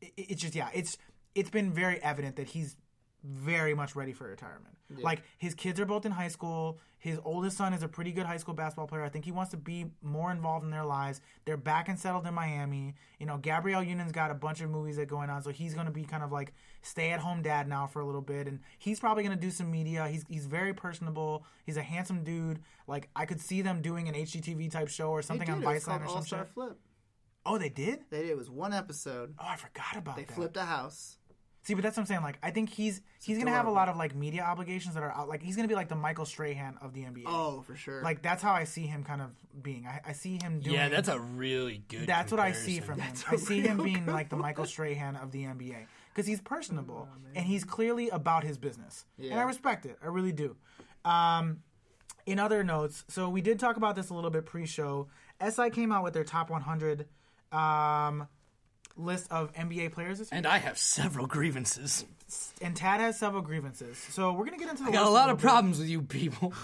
C: it, it's just yeah, it's it's been very evident that he's very much ready for retirement. Like his kids are both in high school. His oldest son is a pretty good high school basketball player. I think he wants to be more involved in their lives. They're back and settled in Miami. You know, Gabrielle Union's got a bunch of movies that are going on, so he's going to be kind of like stay at home dad now for a little bit, and he's probably going to do some media. He's he's very personable. He's a handsome dude. Like I could see them doing an HGTV type show or
B: They
C: something
B: did.
C: on
B: It was
C: Vice
B: called
C: Land or some
B: All Star
C: shit.
B: Flip.
C: Oh, they did.
B: They did. It was one episode.
C: Oh, I forgot about
B: They
C: that.
B: flipped a house.
C: See, but that's what I'm saying. Like, I think he's he's gonna have a lot of like media obligations that are out. Like, he's gonna be like the Michael Strahan of the NBA.
B: Oh, for sure.
C: Like that's how I see him kind of being. I, I see him doing.
A: Yeah, that's a really good.
C: that's what I see
A: comparison.
C: from him. I see him being like the Michael Strahan of the NBA because he's personable and he's clearly about his business, and I respect it. I really do. Um, in other notes, so we did talk about this a little bit pre-show. SI came out with their top 100 um, list of NBA players this year.
A: And I have several grievances.
C: and Tad has several grievances. So we're gonna get into the
A: Got a
C: list
A: lot of
C: little bit.
A: problems with you people.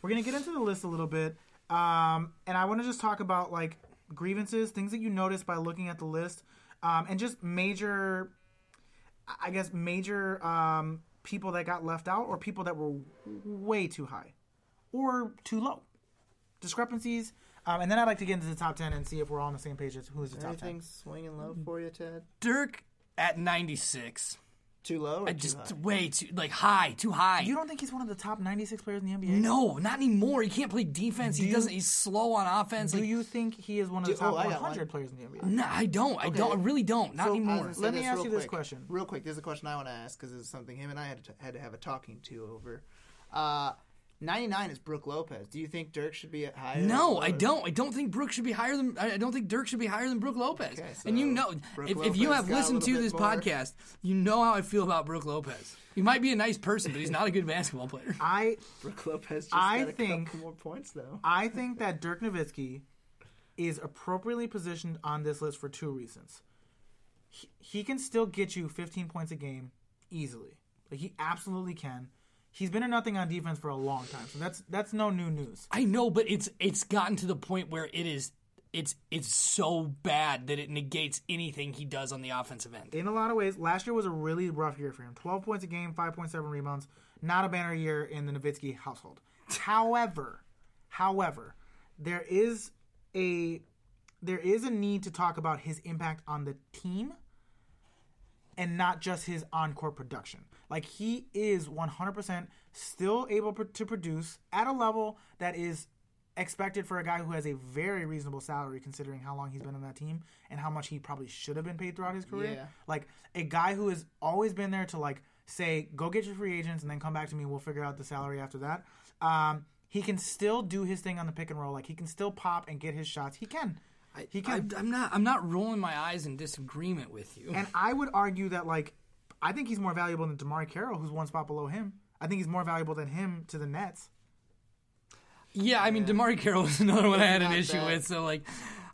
C: We're gonna get into the list a little bit, um, and I want to just talk about like grievances, things that you notice by looking at the list, um, and just major, I guess, major um, people that got left out or people that were way too high or too low, discrepancies. Um, and then I'd like to get into the top ten and see if we're all on the same page as who's the top ten.
B: Anything swinging low for you, Ted?
A: Dirk at 96.
B: Too low or too
A: Just
B: high?
A: way too, like, high, too high.
C: You don't think he's one of the top 96 players in the NBA?
A: no, not anymore. He can't play defense. He doesn't. He's slow on offense.
C: Do
A: Like,
C: you think he is one of the
B: Do-
C: top
B: oh, I got
C: 100
B: one.
C: players in the NBA?
A: no, I don't. I don't. I really don't. Not
B: I was
A: anymore.
B: gonna say
C: Let me ask
B: real
C: you this
B: quick.
C: question.
B: real quick. This is a question I want to ask because it's something him and I had to, had to have a talking to over. Uh, 99 is Brooke Lopez. Do you think Dirk should be at higher?
A: No,
B: or-
A: I don't. I don't think Brooke should be higher than. I I don't think Dirk should be higher than Brooke Lopez.
B: Okay,
A: and you
B: so
A: know,
B: Brooke
A: if, if you
B: Lopez
A: have
B: got a
A: listened
B: little
A: to
B: bit
A: this
B: more.
A: podcast, you know how I feel about Brooke Lopez. He might be a nice person, but he's not a good basketball player.
C: I
B: Brooke Lopez just
C: I
B: got a
C: think-
B: couple more points though.
C: I think that Dirk Nowitzki is appropriately positioned on this list for two reasons. He, he can still get you 15 points a game easily. Like he absolutely can. He's been a nothing on defense for a long time, so that's that's no new news.
A: I know, but it's it's gotten to the point where it is it's it's so bad that it negates anything he does on the offensive end.
C: In a lot of ways, last year was a really rough year for him. 12 points a game, 5.7 rebounds. Not a banner year in the Nowitzki household. However, however, there is a there is a need to talk about his impact on the team and not just his encore production. Like he is 100% still able pr- to produce at a level that is expected for a guy who has a very reasonable salary considering how long he's been on that team and how much he probably should have been paid throughout his career.
B: Yeah.
C: Like a guy who has always been there to like say go get your free agents and then come back to me we'll figure out the salary after that. Um he can still do his thing on the pick and roll. Like he can still pop and get his shots. He can.
A: I,
C: he can
A: I'm not I'm not rolling my eyes in disagreement with you.
C: and I would argue that like I think he's more valuable than Damari Carroll, who's one spot below him. I think he's more valuable than him to the Nets.
A: Yeah, I mean, Damari Carroll was another one I had an
B: not
A: issue
B: bad.
A: with. So like,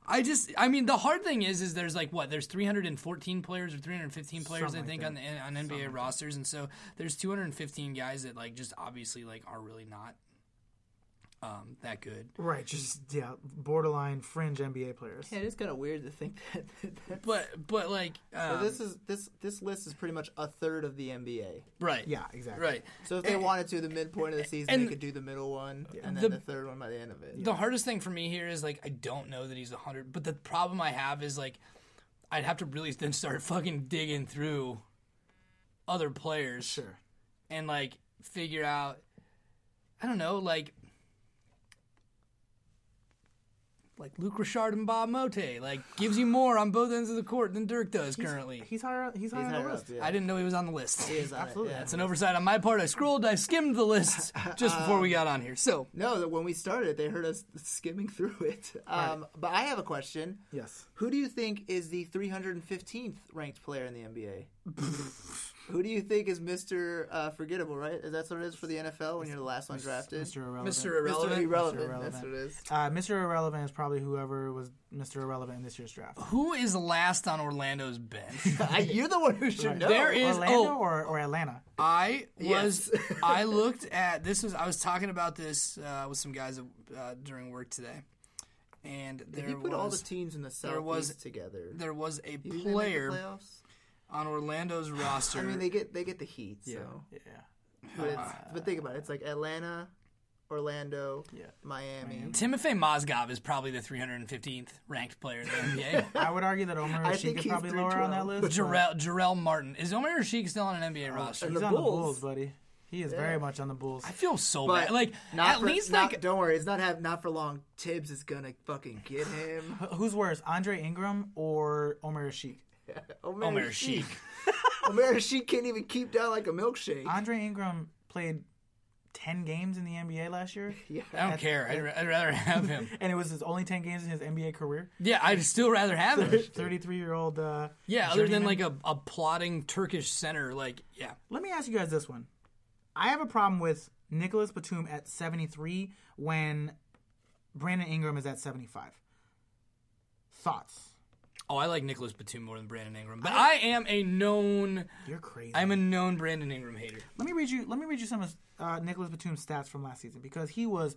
A: I just, I mean, the hard thing is, is there's like what there's 314 players or 315 players
C: Something
A: I think
C: like
A: on the on NBA rosters, and so there's 215 guys that like just obviously like are really not um that good.
C: Right, just yeah, borderline fringe NBA players.
B: Yeah, it is kind of weird to think that. that-
A: But but like
B: so
A: um,
B: this is this this list is pretty much a third of the NBA.
A: right
C: Yeah, exactly.
A: right.
B: So if they wanted to, the midpoint of the season,
A: and-
B: they could do the middle one, and
A: The-
B: then the, third one by the end of it.
A: The hardest thing for me here is like I don't know that he's 100, but the problem I have is like I'd have to really then start fucking digging through other players.
C: Sure.
A: and like figure out I don't know, like like Luke Richard and Bob Mote, like gives you more on both ends of the court than Dirk does currently.
C: He's higher. He's higher
B: He's
C: on the
B: higher up,
C: list.
B: yeah.
A: I didn't know he was on the list.
B: He is on it,
C: Absolutely.
B: yeah.
A: It's an oversight on my part. I scrolled, I skimmed the list just before we got on here. So
B: No, that when we started, they heard us skimming through it. Um, But I have a question.
C: Yes.
B: Who do you think is the 315th ranked player in the NBA? Who do you think is Mr. Uh, forgettable, right? Is that what it is for the NFL when you're the last one drafted?
C: Mr. Irrelevant.
A: Mr.
B: Mr.
A: Irrelevant,
B: Irrelevant.
C: Mr. Irrelevant.
B: That's what it is.
C: Uh, Mr. Irrelevant is probably whoever was Mr. Irrelevant in this year's draft.
A: who is last on Orlando's bench?
B: I, you're the one who should know.
A: There is
C: Orlando
A: oh,
C: or, or Atlanta?
A: I was
B: Yes.
A: I looked at this was I was talking about this uh, with some guys uh, during work today, and there
B: if you put
A: was
B: all the teams in the Southeast
A: was-
B: together,
A: there was a
B: do they make the
A: player
B: playoffs?
A: on Orlando's roster.
B: I mean, they get they get the Heat. So,
C: Yeah.
B: but, it's, but think about it. It's like Atlanta, Orlando,
C: Yeah.
B: Miami.
A: Timofey Mozgov is probably the 315th ranked player in the NBA.
C: I would argue that Omar
B: I
C: Sheik
B: think
C: is
B: he's
C: probably lower on that
B: 312.
C: list. but
A: Jarrell, Jarrell Martin is Omer Sheik still on an NBA roster?
B: and
C: He's
B: the
C: on the
B: Bulls.
C: Bulls, buddy. He is very much on the Bulls.
A: I feel so
B: But
A: bad. Like
B: not
A: at
B: for-
A: least
B: not-
A: like
B: don't worry, it's not have not for long. Tibbs is gonna fucking get him.
C: Who's worse, Andre Ingram or Omer Sheik?
B: Omer,
A: Omer Sheik.
B: Omer Sheik can't even keep down like a milkshake.
C: Andre Ingram played 10 games in the NBA last year,
B: yeah,
A: I don't care. I'd, ra- I'd rather have him.
C: and it was his only 10 games in his NBA career.
A: Yeah, I'd still rather have him.
C: 33 year old. Uh,
A: Yeah, other than
C: journeyman.
A: like a, a plotting Turkish center. Like yeah,
C: Let me ask you guys this one. I have a problem with Nicholas Batum at 73 when Brandon Ingram is at 75. Thoughts?
A: Oh, I like Nicholas Batum more than Brandon Ingram, but I, am a known
C: You're crazy.
A: I'm a known Brandon Ingram hater.
C: let me read you. Let me read you some of uh, Nicholas Batum's stats from last season because he was.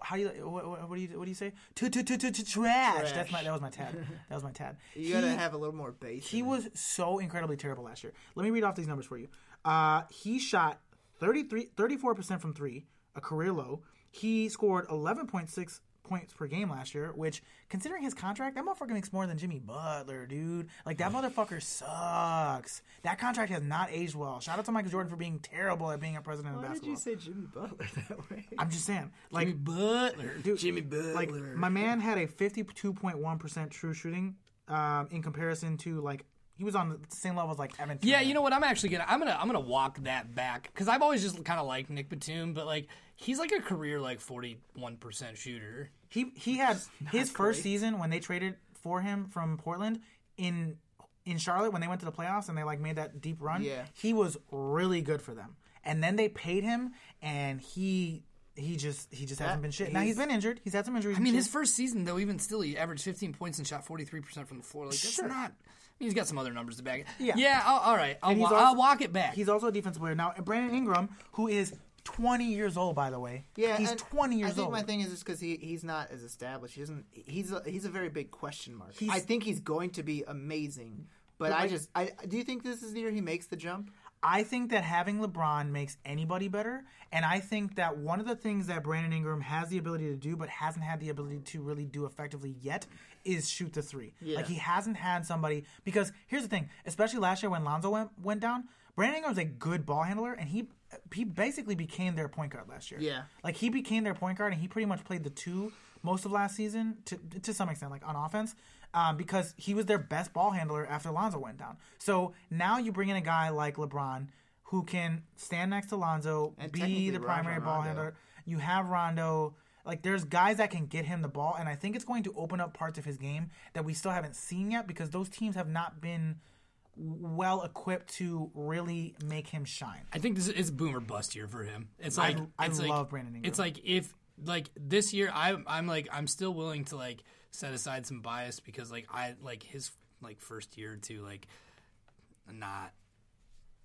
C: How do you what, what, what do you what do you say? T- t- t- t- t- Trash. That's my that was my tab. That was my tab.
B: You gotta have a little more base.
C: He
B: in it.
C: was so incredibly terrible last year. Let me read off these numbers for you. Uh, he shot 33, 34% from three, a career low. He scored 11.6 points per game last year, which, considering his contract, that motherfucker makes more than Jimmy Butler, dude. Like, that motherfucker sucks. That contract has not aged well. Shout out to Michael Jordan for being terrible at being a president of
B: Why did
C: basketball.
B: you say Jimmy Butler that way?
C: I'm just saying. Like,
A: Jimmy Butler,
C: dude,
B: Jimmy Butler.
C: like my man had a 52.1% true shooting um, in comparison to like he was on the same level as like Evan.
A: Yeah,
C: Turner.
A: you know what? I'm actually gonna I'm gonna I'm gonna walk that back because I've always just kind of liked Nick Batum, but like he's like a career like 41 percent shooter.
C: he he had his first season when they traded for him from Portland in in Charlotte when they went to the playoffs and they like made that deep run.
B: Yeah.
C: he was really good for them. And then they paid him, and he he just he just hasn't been shit. now he's been injured. He's had some injuries.
A: I mean, his first season though, even still, he averaged 15 points and shot 43 percent from the floor. Like that's
C: Sure.
A: not. I mean, he's got some other numbers to back it.
C: Yeah.
A: yeah. I'll, all right, I'll,
C: he's
A: wa-
C: also-
A: I'll walk it back.
C: he's also a defensive player now. Brandon Ingram, who is 20 years old, by the way.
B: Yeah,
C: he's
B: and
C: 20 years
B: I think
C: old.
B: my thing is just because he, he's not as established. He doesn't. He's a, he's a very big question mark.
C: He's-
B: I think he's going to be amazing, but, I
C: like-
B: just I do you think this is the year he makes the jump?
C: I think that having LeBron makes anybody better, and I think that one of the things that Brandon Ingram has the ability to do, but hasn't had the ability to really do effectively yet, is shoot the three.
B: Yeah.
C: Like he hasn't had somebody because here's the thing, especially last year when Lonzo went went down, Brandon Ingram's a good ball handler, and he he basically became their point guard last year.
B: Yeah.
C: Like he became their point guard, and he pretty much played the two most of last season to to some extent, like on offense, um, because he was their best ball handler after Lonzo went down. So now you bring in a guy like LeBron who can stand next to Lonzo, be
B: technically
C: the
B: Rajon
C: primary ball
B: Rondo.
C: handler. You have Rondo. Like there's guys that can get him the ball, and I think it's going to open up parts of his game that we still haven't seen yet because those teams have not been well equipped to really make him shine.
A: I think this is it's boom or bust year for him. It's like
C: I
A: it's
C: love
A: like,
C: Brandon Ingram.
A: It's like if like this year I I'm like I'm still willing to like set aside some bias because like I like his like first year or two like not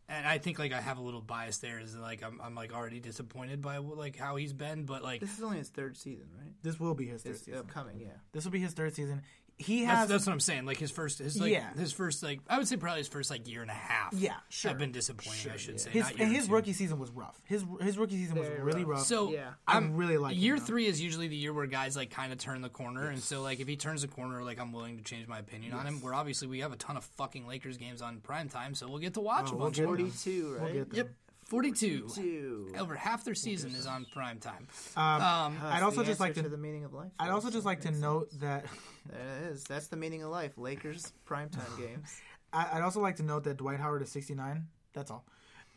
A: and I think like I have a little bias there is like I'm I'm like already disappointed by like how he's been but like
B: This is only his third season, right?
C: This will be his third
B: This
C: season.
B: upcoming, yeah.
C: This will be his third season. He
A: that's,
C: has
A: that's what I'm saying like his first his like
C: Yeah.
A: his first like I would say probably his first like year and a half
C: Yeah, sure.
A: I've been disappointed I should say
C: his
A: not year
C: and
A: or
C: his
A: two.
C: rookie season was rough. His his rookie season was
B: Very
C: really rough.
A: So
B: Yeah.
C: I
A: I'm
C: really like him,
A: year
C: though.
A: three is usually the year where guys like kind of turn the corner, and so like if he turns the corner, like I'm willing to change my opinion on him. We're obviously we have a ton of fucking Lakers games on prime time, so we'll get to watch
C: Oh,
A: a bunch. of them.
B: Forty-two, right?
C: get
A: Yep, 42.
B: Two.
A: Over half their season is on prime time.
C: Um,
A: Um,
C: I'd also
B: The
C: just like
B: answer
C: to.
B: the meaning of life.
C: I'd also just like to note that
B: There it is. That's the meaning of life. Lakers primetime games.
C: I- I'd also like to note that Dwight Howard is 69. That's all.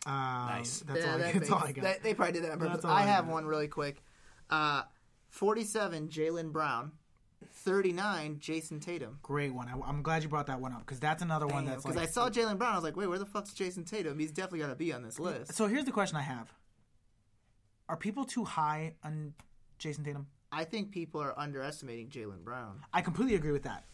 C: Um, nice. That's, all, I,
B: that
C: that's all
B: makes-
C: I got.
B: that- they probably did that on purpose.
C: all
B: I
C: I
B: have
C: got.
B: one really quick. Uh, 47, Jalen Brown. 39, Jason Tatum.
C: Great one. I, am glad you brought that one up because that's another one that's
B: Because
C: like.
B: I saw Jalen Brown, I was like, wait, where the fuck's Jason Tatum? He's definitely got to be on this list.
C: so here's the question I have: Are people too high on Jason Tatum?
B: I think people are underestimating Jalen Brown.
C: I completely agree with that.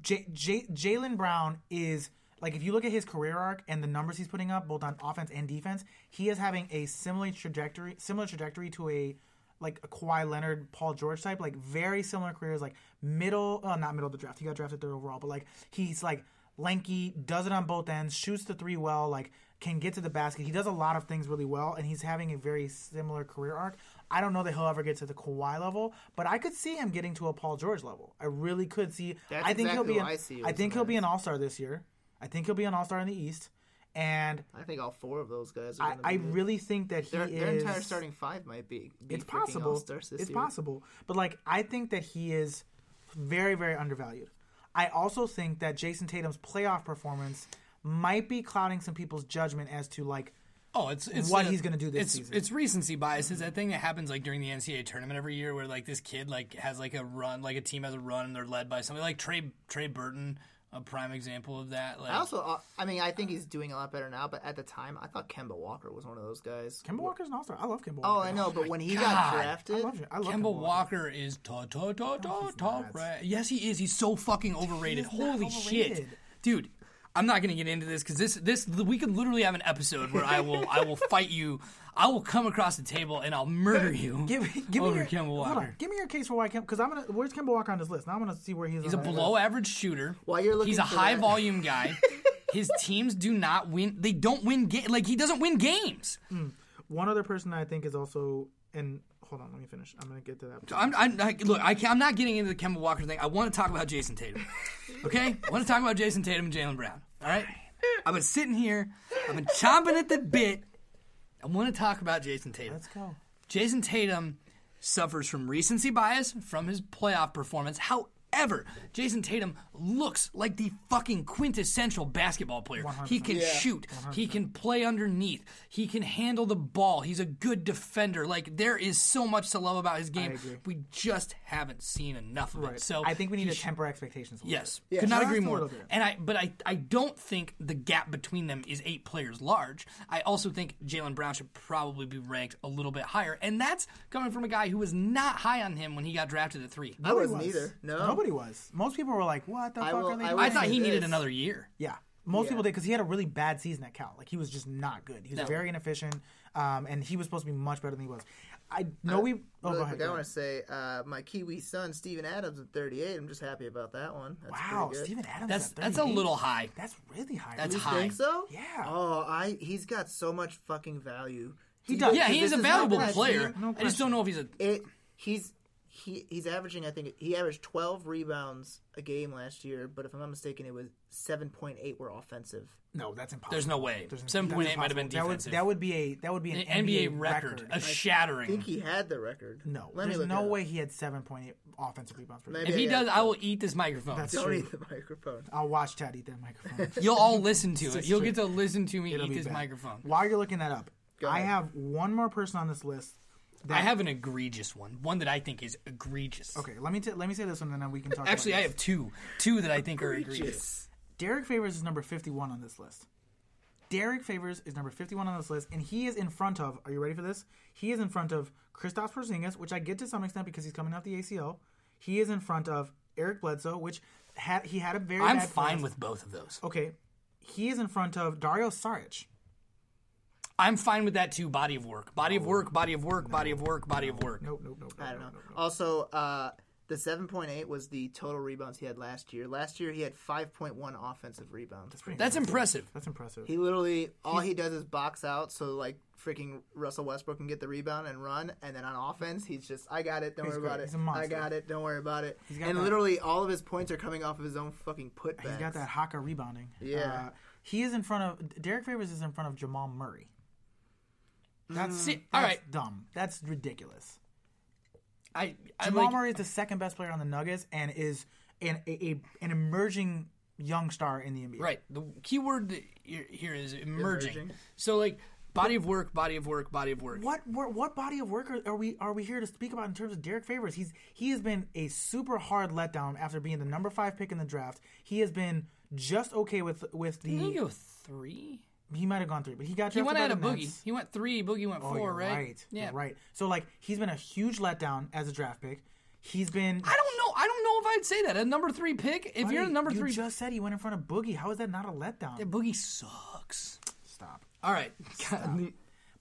C: J- J- Jalen Brown is like if you look at his career arc and the numbers he's putting up, both on offense and defense, he is having a similar trajectory, similar trajectory to a like a Kawhi Leonard, Paul George type, like very similar careers, like middle, uh, not middle of the draft. He got drafted third overall, but like he's like lanky, does it on both ends, shoots the three well, like can get to the basket. He does a lot of things really well, and he's having a very similar career arc. I don't know that he'll ever get to the Kawhi level, but I could see him getting to a Paul George level. I really could see.
B: That's
C: I think
B: exactly
C: he'll be. An,
B: what I see
C: I
B: with
C: think
B: him
C: he'll be an All Star this year. I think he'll be an All Star in the East, and
B: I think all four of those guys are
C: I,
B: going to be
C: I
B: good.
C: really think that he
B: their,
C: is.
B: their entire starting five might be, be
C: it's
B: freaking
C: possible.
B: All-Stars this
C: It's
B: year.
C: possible, but like I think that he is very, very undervalued. I also think that Jason Tatum's playoff performance might be clouding some people's judgment as to like
A: Oh, it's, it's
C: What
A: the-
C: he's gonna do this
A: it's,
C: season.
A: It's recency bias. It's that thing that happens like during the NCAA tournament every year, where like this kid like has like a run, like a team has a run, and they're led by somebody like Trey Trey Burton a prime example of that. Like,
B: I also, uh, I mean, I think he's doing a lot better now, but at the time, I thought Kemba Walker was one of those guys.
C: Kemba Walker's an all-star. I love Kemba.
B: Oh,
C: Walker.
B: I know, but when he
A: God.
B: got
C: I
B: drafted,
C: love it. I love
A: Kemba
C: Kemba Walker.
A: Walker is ta ta ta ta
C: Oh, he's
A: ta.
C: not.
A: Right? Yes, he is. He's so fucking overrated.
C: He is not
A: Holy shit,
C: overrated.
A: dude! I'm not gonna get into this because this this we could literally have an episode where I will I will fight you. I will come across the table and I'll murder you.
C: Give, me- give me
A: over
C: your
A: Kemba
C: Hold
A: Walker.
C: on. Give me your case for why Kemba. Because I'm gonna. Where's Kemba Walker on this list? Now I'm gonna see where he's.
A: He's a below average shooter.
B: While you're looking
A: he's a
B: for
A: high
B: that-
A: volume guy. His teams do not win. They don't win game. Like he doesn't win games.
C: One other person I think is also. And hold on, let me finish. I'm gonna get to that.
A: I'm, I'm I, look. I can, I'm not getting into the Kemba Walker thing. I want to talk about Jason Tatum. Okay, I want to talk about Jason Tatum and Jalen Brown. All right. I've been sitting here. I've been chomping at the bit. I want to talk about Jason Tatum.
C: Let's go.
A: Jason Tatum suffers from recency bias from his playoff performance. However, Jason Tatum looks like the fucking quintessential basketball player. He can shoot. He can play underneath. He can handle the ball. He's a good defender. Like there is so much to love about his game.
C: agree.
A: We just haven't seen enough of it. So
C: I think we need to temper expectations. A little
A: Yes, could not
C: Just
A: agree
C: a
A: more.
C: little bit.
A: And I, but I, I don't think the gap between them is eight players large. I also think Jalen Brown should probably be ranked a little bit higher, and that's coming from a guy who was not high on him when he got drafted at three.
B: I
C: Nobody
B: wasn't either. No.
C: nobody was. Most people were like, "What the
B: I
C: fuck
B: will-
C: are they?"
B: I
C: doing?"
B: will
A: I thought he
B: Yes.
A: needed another year.
C: Yeah. Most
B: Yeah.
C: people did because he had a really bad season at Cal. Like he was just not good. He was
A: No.
C: very inefficient, um, and he was supposed to be much better than he was. I know
A: Uh,
C: we. Oh,
B: Really
C: go
B: quick,
C: ahead.
B: I
C: Go
B: want
C: ahead.
B: to say uh, my Kiwi son Steven Adams at 38. I'm just happy about that one. That's
C: Wow,
B: pretty good.
C: Steven Adams.
A: That's
C: at
A: that's a
C: 38?
A: little high.
C: That's really high.
A: That's
B: You
A: high.
B: think so?
C: Yeah.
B: Oh, I he's got so much fucking value. He
C: does.
A: Yeah,
C: Because
A: he is
B: this
A: a
B: not
A: valuable
B: the last
A: player.
B: year.
C: No
A: I just
C: question.
A: don't know if he's a.
B: It he's he he's averaging I think he averaged 12 rebounds a game last year, but if I'm not mistaken, it was 7.8 were offensive.
C: No, that's impossible.
A: There's no way.
C: There's-
A: Seven point eight
C: that's
A: might have been
C: impossible.
A: defensive.
C: That would, that would be a that would be an,
A: an NBA, record, a
B: I think
A: shattering.
B: he had the record.
C: no,
B: let me
C: there's
B: look.
C: no
B: it up.
C: way he had 7.8 offensive rebounds. Per game.
B: Maybe-
A: If he
B: Yeah,
A: does,
B: yeah.
A: I will eat this microphone.
C: That's
B: Don't
C: true.
B: eat the microphone.
C: I'll watch Tad eat that microphone.
A: You'll all listen to it. You'll
C: true.
A: get to listen to me
C: It'll
A: eat
C: be
A: this
C: bad.
A: microphone.
C: While you're looking that up, I
B: ahead.
C: have one more person on this list. That,
A: I have an egregious one. One that I think is egregious.
C: Okay, let me t- let me say this one, and then we can talk.
A: Actually,
C: about
A: I
C: this.
A: have two. Two that I think are egregious.
C: Derek Favors is number 51 on this list. Derek Favors is number 51 on this list, and he is in front of, are you ready for this? He is in front of Christoph Porzingis, which I get to some extent because he's coming off the ACL. He is in front of Eric Bledsoe, which had he had a very
A: I'm
C: bad
A: fine
C: playoff-
A: with both of those.
C: Okay. He is in front of Dario Saric.
A: I'm fine with that too. Body of work. Body of work. Body of work. Body of work. Body of work.
C: Nope, nope, nope.
B: I don't know. Also, uh, the 7.8 was the total rebounds he had last year. Last year, he had 5.1 offensive rebounds.
A: That's impressive.
C: That's impressive.
B: He literally all he does is box out, so like freaking Russell Westbrook can get the rebound and run, and then on offense he's just I got it, don't worry
C: great.
B: about
C: He's
B: it,
C: a
B: I
C: monster.
B: got it, don't worry about it,
C: got
B: and
C: that-
B: literally all of his points are coming off of his own fucking putbacks.
C: He's got that Haka rebounding.
B: Yeah.
C: Uh, he is in front of Derek Favors is in front of Jamal Murray. That's,
A: See, all
C: that's
A: right.
C: dumb. That's ridiculous.
A: I, I
C: Jamal
A: like,
C: Murray is the second best player on the Nuggets and is an a, a, an emerging young star in the NBA.
A: right. The key word that here- here is emerging.
B: Emerging.
A: So like body of work. Body of work. Body of work.
C: What what, what body of work are, are we are we here to speak about in terms of Derek Favors? He's he has been a super hard letdown after being the number five pick in the draft. He has been just okay with with the
A: Did he go three?
C: he might have gone three, but he got
A: He went
C: drafted
A: out
C: by
A: of
C: the
A: boogie.
C: Nets.
A: He went three. Boogie went four.
C: Oh, you're
A: right?
C: Yeah.
A: Yeah.
C: right. So like he's been a huge letdown as a draft pick. He's been
A: I don't know. I don't know if I'd say that. A number three pick. If you're a
C: Buddy,
A: number
C: you
A: three,
C: just said he went in front of Boogie. How is that not a letdown?
A: Boogie sucks.
C: Stop.
A: All right.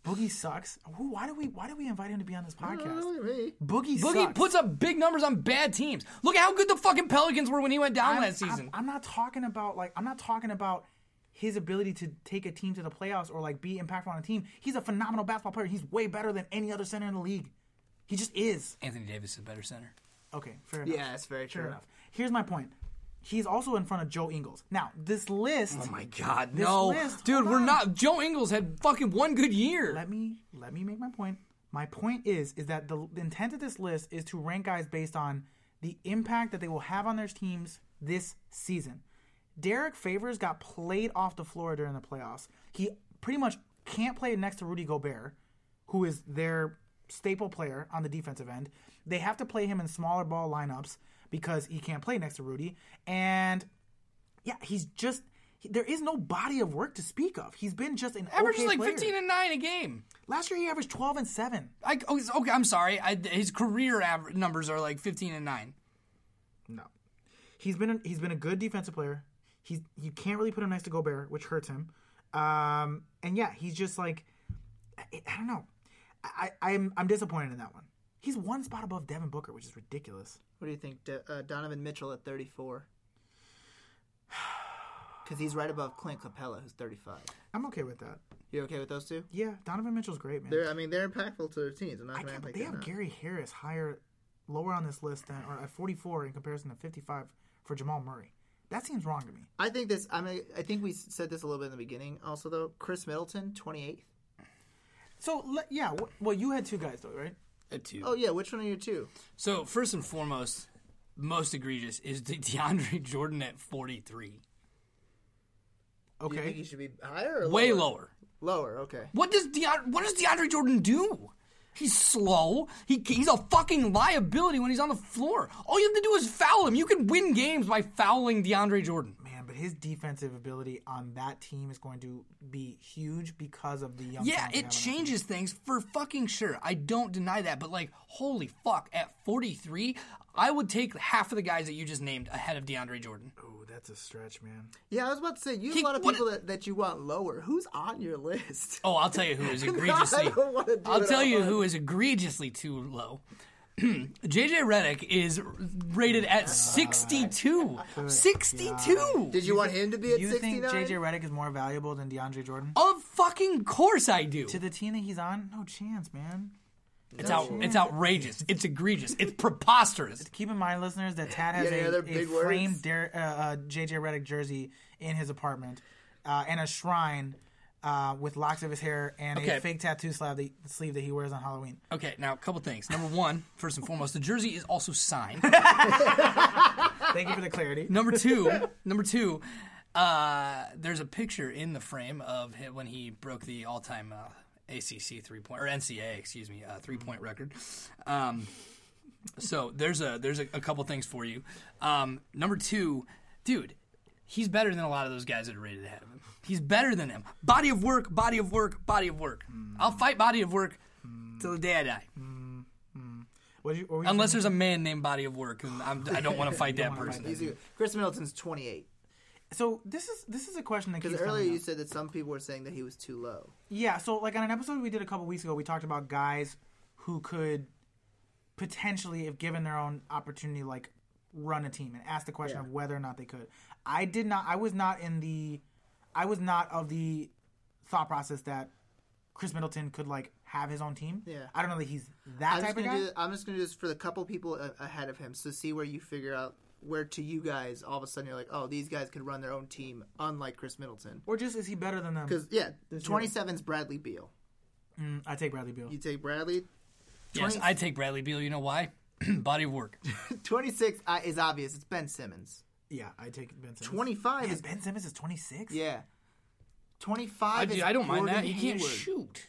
C: Boogie sucks. Who, why do we why do we invite him to be on this podcast?
B: Me.
C: Boogie,
A: Boogie
C: sucks.
A: puts up big numbers on bad teams. Look at how good the fucking Pelicans were when he went down
C: I'm-
A: last season.
C: I'm, I'm not talking about like I'm not talking about his ability to take a team to the playoffs or like be impactful on a team. He's a phenomenal basketball player. He's way better than any other center in the league. He just is.
A: Anthony Davis is a better center.
C: Okay, fair enough.
B: Yeah, that's very
C: Fair
B: true.
C: enough. Here's my point. He's also in front of Joe Ingles. Now, this list
A: Oh God,
C: no. list-
A: dude,
C: hold
A: we're
C: on.
A: not. Joe Ingles had fucking one good year.
C: let me let me make my point. My point is is that the, the intent of this list is to rank guys based on the impact that they will have on their teams this season. Derek Favors got played off the floor during the playoffs. He pretty much can't play next to Rudy Gobert, who is their staple player on the defensive end. They have to play him in smaller ball lineups because he can't play next to Rudy and Yeah, he's just he- there is no body of work to speak of. He's been just an
A: Averages
C: okay
A: like
C: player.
A: 15 and 9 a game.
C: Last year he averaged 12 and 7.
A: I, oh, it's- okay, I'm sorry. I, his career aver numbers are like 15 and 9.
C: No. He's been a, he's been a good defensive player. He's you can't really put him next to Gobert, which hurts him. Um, and yeah, he's just like I, I don't know. I, I- I'm I'm disappointed in that one. He's one spot above Devin Booker, which is ridiculous.
B: What do you think, Do- uh, Donovan Mitchell at 34? Because he's right above Clint Capella, who's 35.
C: I'm okay with that.
B: You okay with those two?
C: Yeah, Donovan Mitchell's great, man.
B: They're, I mean, they're impactful to their teams. I'm not
C: I
B: going
C: can't,
B: to
C: but they have Gary Harris higher, lower on this list than or at 44 in comparison to 55 for Jamal Murray. That seems wrong to me.
B: I think this. I mean, I think we s- said this a little bit in the beginning. Also, though, Chris Middleton, 28th.
C: So le- yeah, w- well you had two guys though, right?
A: At two.
B: Oh yeah, which one are you two?
A: So first and foremost, most egregious is De- DeAndre Jordan at 43.
B: Do you think
C: Okay,
B: he should be higher? Or
A: Way
B: lower?
A: lower.
B: Lower. Okay.
A: What does DeAndre, What does DeAndre Jordan do? He's slow. He, he's a fucking liability when he's on the floor. All you have to do is foul him. You can win games by fouling DeAndre Jordan.
C: man, but his defensive ability on that team is going to be huge because of the young.
A: Yeah,
C: talent they
A: it
C: have on that
A: changes things for fucking sure. I don't deny that, but like, holy fuck, at 43, I would take half of the guys that you just named ahead of DeAndre Jordan.
C: team. Ooh, that's a stretch, man.
B: Yeah, I was about to say you have
A: He-
B: a lot of
A: what-
B: people that, that you want lower. Who's on your list?
A: Oh, I'll tell you who is
B: I
A: egregiously.
B: don't wanna do
A: I'll
B: it
A: tell
B: all
A: you
B: at
A: who is egregiously too low. JJ Reddick is rated at 62. 62.
B: Did you want him to be at
C: You think
B: 69?
C: JJ Redick is more valuable than DeAndre Jordan?
A: Of fucking course I do.
C: To the team that he's on, no chance, man.
A: It's out. It's outrageous. It's egregious. It's preposterous.
C: Keep in mind, listeners, that Tad has
B: Yeah, yeah,
C: a,
B: they're
C: a
B: big words.
C: framed Der- uh, uh, JJ Redick jersey in his apartment uh, and a shrine uh, with locks of his hair and
A: Okay.
C: a fake tattoo slab that, sleeve that he wears on Halloween.
A: Okay, now a couple things. Number one, first and foremost, the jersey is also signed.
C: Thank you for the clarity.
A: Number two, number two, uh, there's a picture in the frame of him when he broke the all-time uh, ACC three point or NCAA, excuse me, uh, three point record. Um, so there's a there's a, a couple things for you. Um, number two, dude. He's better than a lot of those guys that are rated ahead of him. He's better than them. Body of work, body of work, body of work. I'll fight body of work till the day I die.
C: What you, what were you
A: Unless there's a man named Body of Work, and I'm, I don't want to fight that person.
B: He's a- Chris Middleton's 28.
C: So this is this is a question that keeps
B: Because
C: coming
B: earlier
C: up.
B: you said that some people were saying that he was too low.
C: Yeah, so like on an episode we did a couple weeks ago, we talked about guys who could potentially, if given their own opportunity, like run a team and ask the question of whether or not they could. I did not. I was not in the. I was not of the thought process that Chris Middleton could like have his own team.
B: Yeah.
C: I don't know that he's that
B: I'm just
C: type of
B: gonna
C: guy.
B: do. I'm just gonna do this for the couple people a- ahead of him, so see where you figure out where to you guys. All of a sudden, you're like, oh, these guys could run their own team, unlike Chris Middleton.
C: Or just is he better than them?
B: Because yeah, 27's Bradley Beal.
C: Mm, I take Bradley Beal.
B: You take Bradley.
A: Yes,
B: 20
A: I take Bradley Beal. You know why? Body of work.
B: 26 I- uh, is obvious. It's Ben Simmons.
C: Yeah, I take Ben Simmons.
B: 25
C: Man,
B: is
C: Ben Simmons is twenty six.
B: yeah. 25
A: Dude,
B: is
A: I don't mind
B: Gordon
A: that. He can't
B: Hayward.
A: shoot.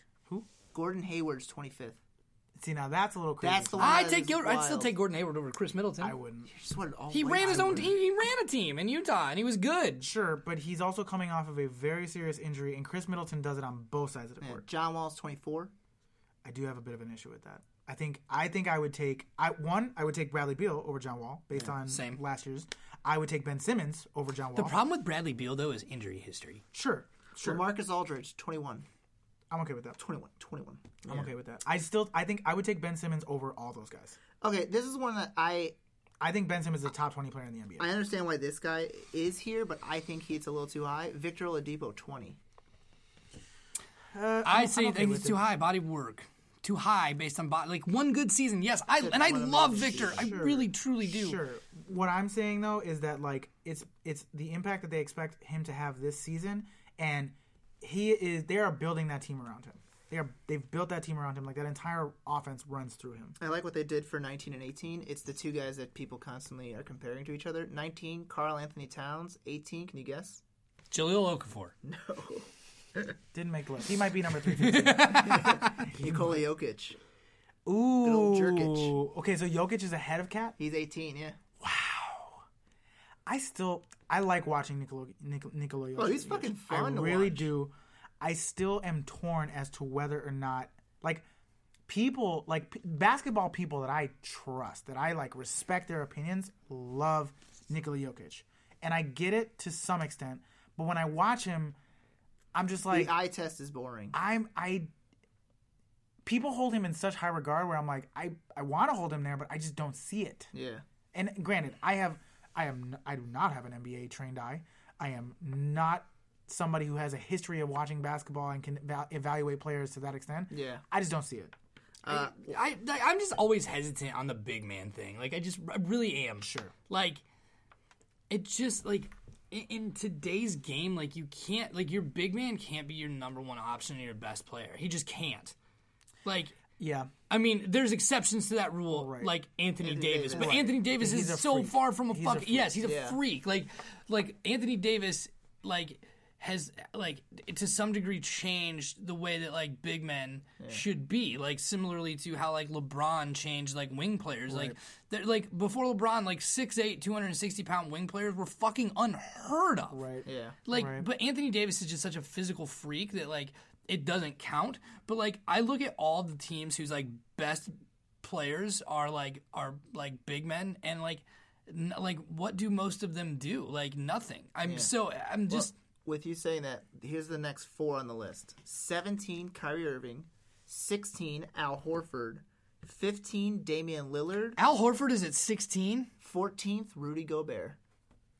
B: Gordon Hayward's 25th.
C: See now that's a little crazy.
B: That's the one.
A: I
B: that
A: take
B: is
A: Gilbert. I'd still
B: wild.
A: take Gordon Hayward over Chris Middleton.
C: I wouldn't.
B: Just wanted all
A: he
B: white
A: ran his own.
B: Hayward.
A: He, he ran a team in Utah, and he was good.
C: Sure, but he's also coming off of a very serious injury, and Chris Middleton does it on both sides of the
B: Yeah,
C: court.
B: John Wall's 24.
C: I do have a bit of an issue with that. I think I think I would take I one I would take Bradley Beal over John Wall based on
A: same.
C: last year's. I would take Ben Simmons over John Wall.
A: The problem with Bradley Beal though is injury history.
C: sure, sure,
B: Marcus Aldridge, 21.
C: I'm okay with that.
B: 21. 21.
C: I'm okay with that. I still I think I would take Ben Simmons over all those guys.
B: Okay, this is one that I
C: I think Ben Simmons is a top twenty player in the NBA.
B: I understand why this guy is here, but I think he's a little too high. Victor Oladipo, 20.
C: Uh,
A: I
C: I'm-
A: say
C: I'm okay
A: think
C: with
A: it's too
C: it.
A: high. Body of work. Too high based on body, like one good season. Yes, I and I
B: one of
A: love
B: those
A: Victor. I really truly do.
C: Sure. What I'm saying though is that like it's it's the impact that they expect him to have this season, and he is they are building that team around him. They are they've built that team around him. Like that entire offense runs through him.
B: I like what they did for 19 and 18. It's the two guys that people constantly are comparing to each other. 19, Carl Anthony Towns. 18, can you guess?
A: Jaleel Okafor.
C: Didn't make the list. He might be number three. fifteen.
B: Nikola Jokic.
C: Ooh.
B: old Jokic.
C: Okay, so Jokic is ahead of Cat.
B: He's 18, yeah.
C: I still I like watching Nicolo Nicolo. Nicolo
B: Bro, he's fucking
C: I
B: fun to
C: really
B: watch.
C: do. I still am torn as to whether or not like people like p- basketball people that I trust, that I like respect their opinions, love Nikola Jokic. And I get it to some extent, but when I watch him, I'm just like
B: the eye test is boring.
C: I'm I people hold him in such high regard where I'm like I I want to hold him there, but I just don't see it.
B: Yeah.
C: And granted, I have I am I do not have an NBA trained eye. I am not somebody who has a history of watching basketball and can eva- evaluate players to that extent.
B: Yeah.
C: I just don't see it.
A: I, I I'm just always hesitant on the big man thing. Like I just I really am. Sure. Like it just like in, in today's game, like you can't like your big man can't be your number one option and your best player. He just can't. Like
C: Yeah.
A: I mean, there's exceptions to that rule,
C: Right.
A: like Anthony,
B: Anthony
A: Davis,
B: Davis.
A: but Anthony Davis
C: He's
A: is
C: a
A: so
C: freak.
A: far from a
C: He's a
A: fuck.
C: freak.
A: Yes, he's a
B: Yeah.
A: freak. Like, like Anthony Davis, like has like to some degree changed the way that like big men should be. Like similarly to how like LeBron changed like wing players. Like they're, like before LeBron, like 6'8", 260 pound wing players were fucking unheard of.
C: Right.
B: Yeah.
A: Like,
C: Right.
A: but Anthony Davis is just such a physical freak that like it doesn't count. But like, I look at all the teams whose like best players are like are like big men, and like n- like what do most of them do? Like nothing. I'm so I'm just
B: With you saying that, here's the next four on the list: seventeen, Kyrie Irving; sixteen, Al Horford; fifteen, Damian Lillard;
A: Al Horford is at 16.
B: fourteenth, Rudy Gobert.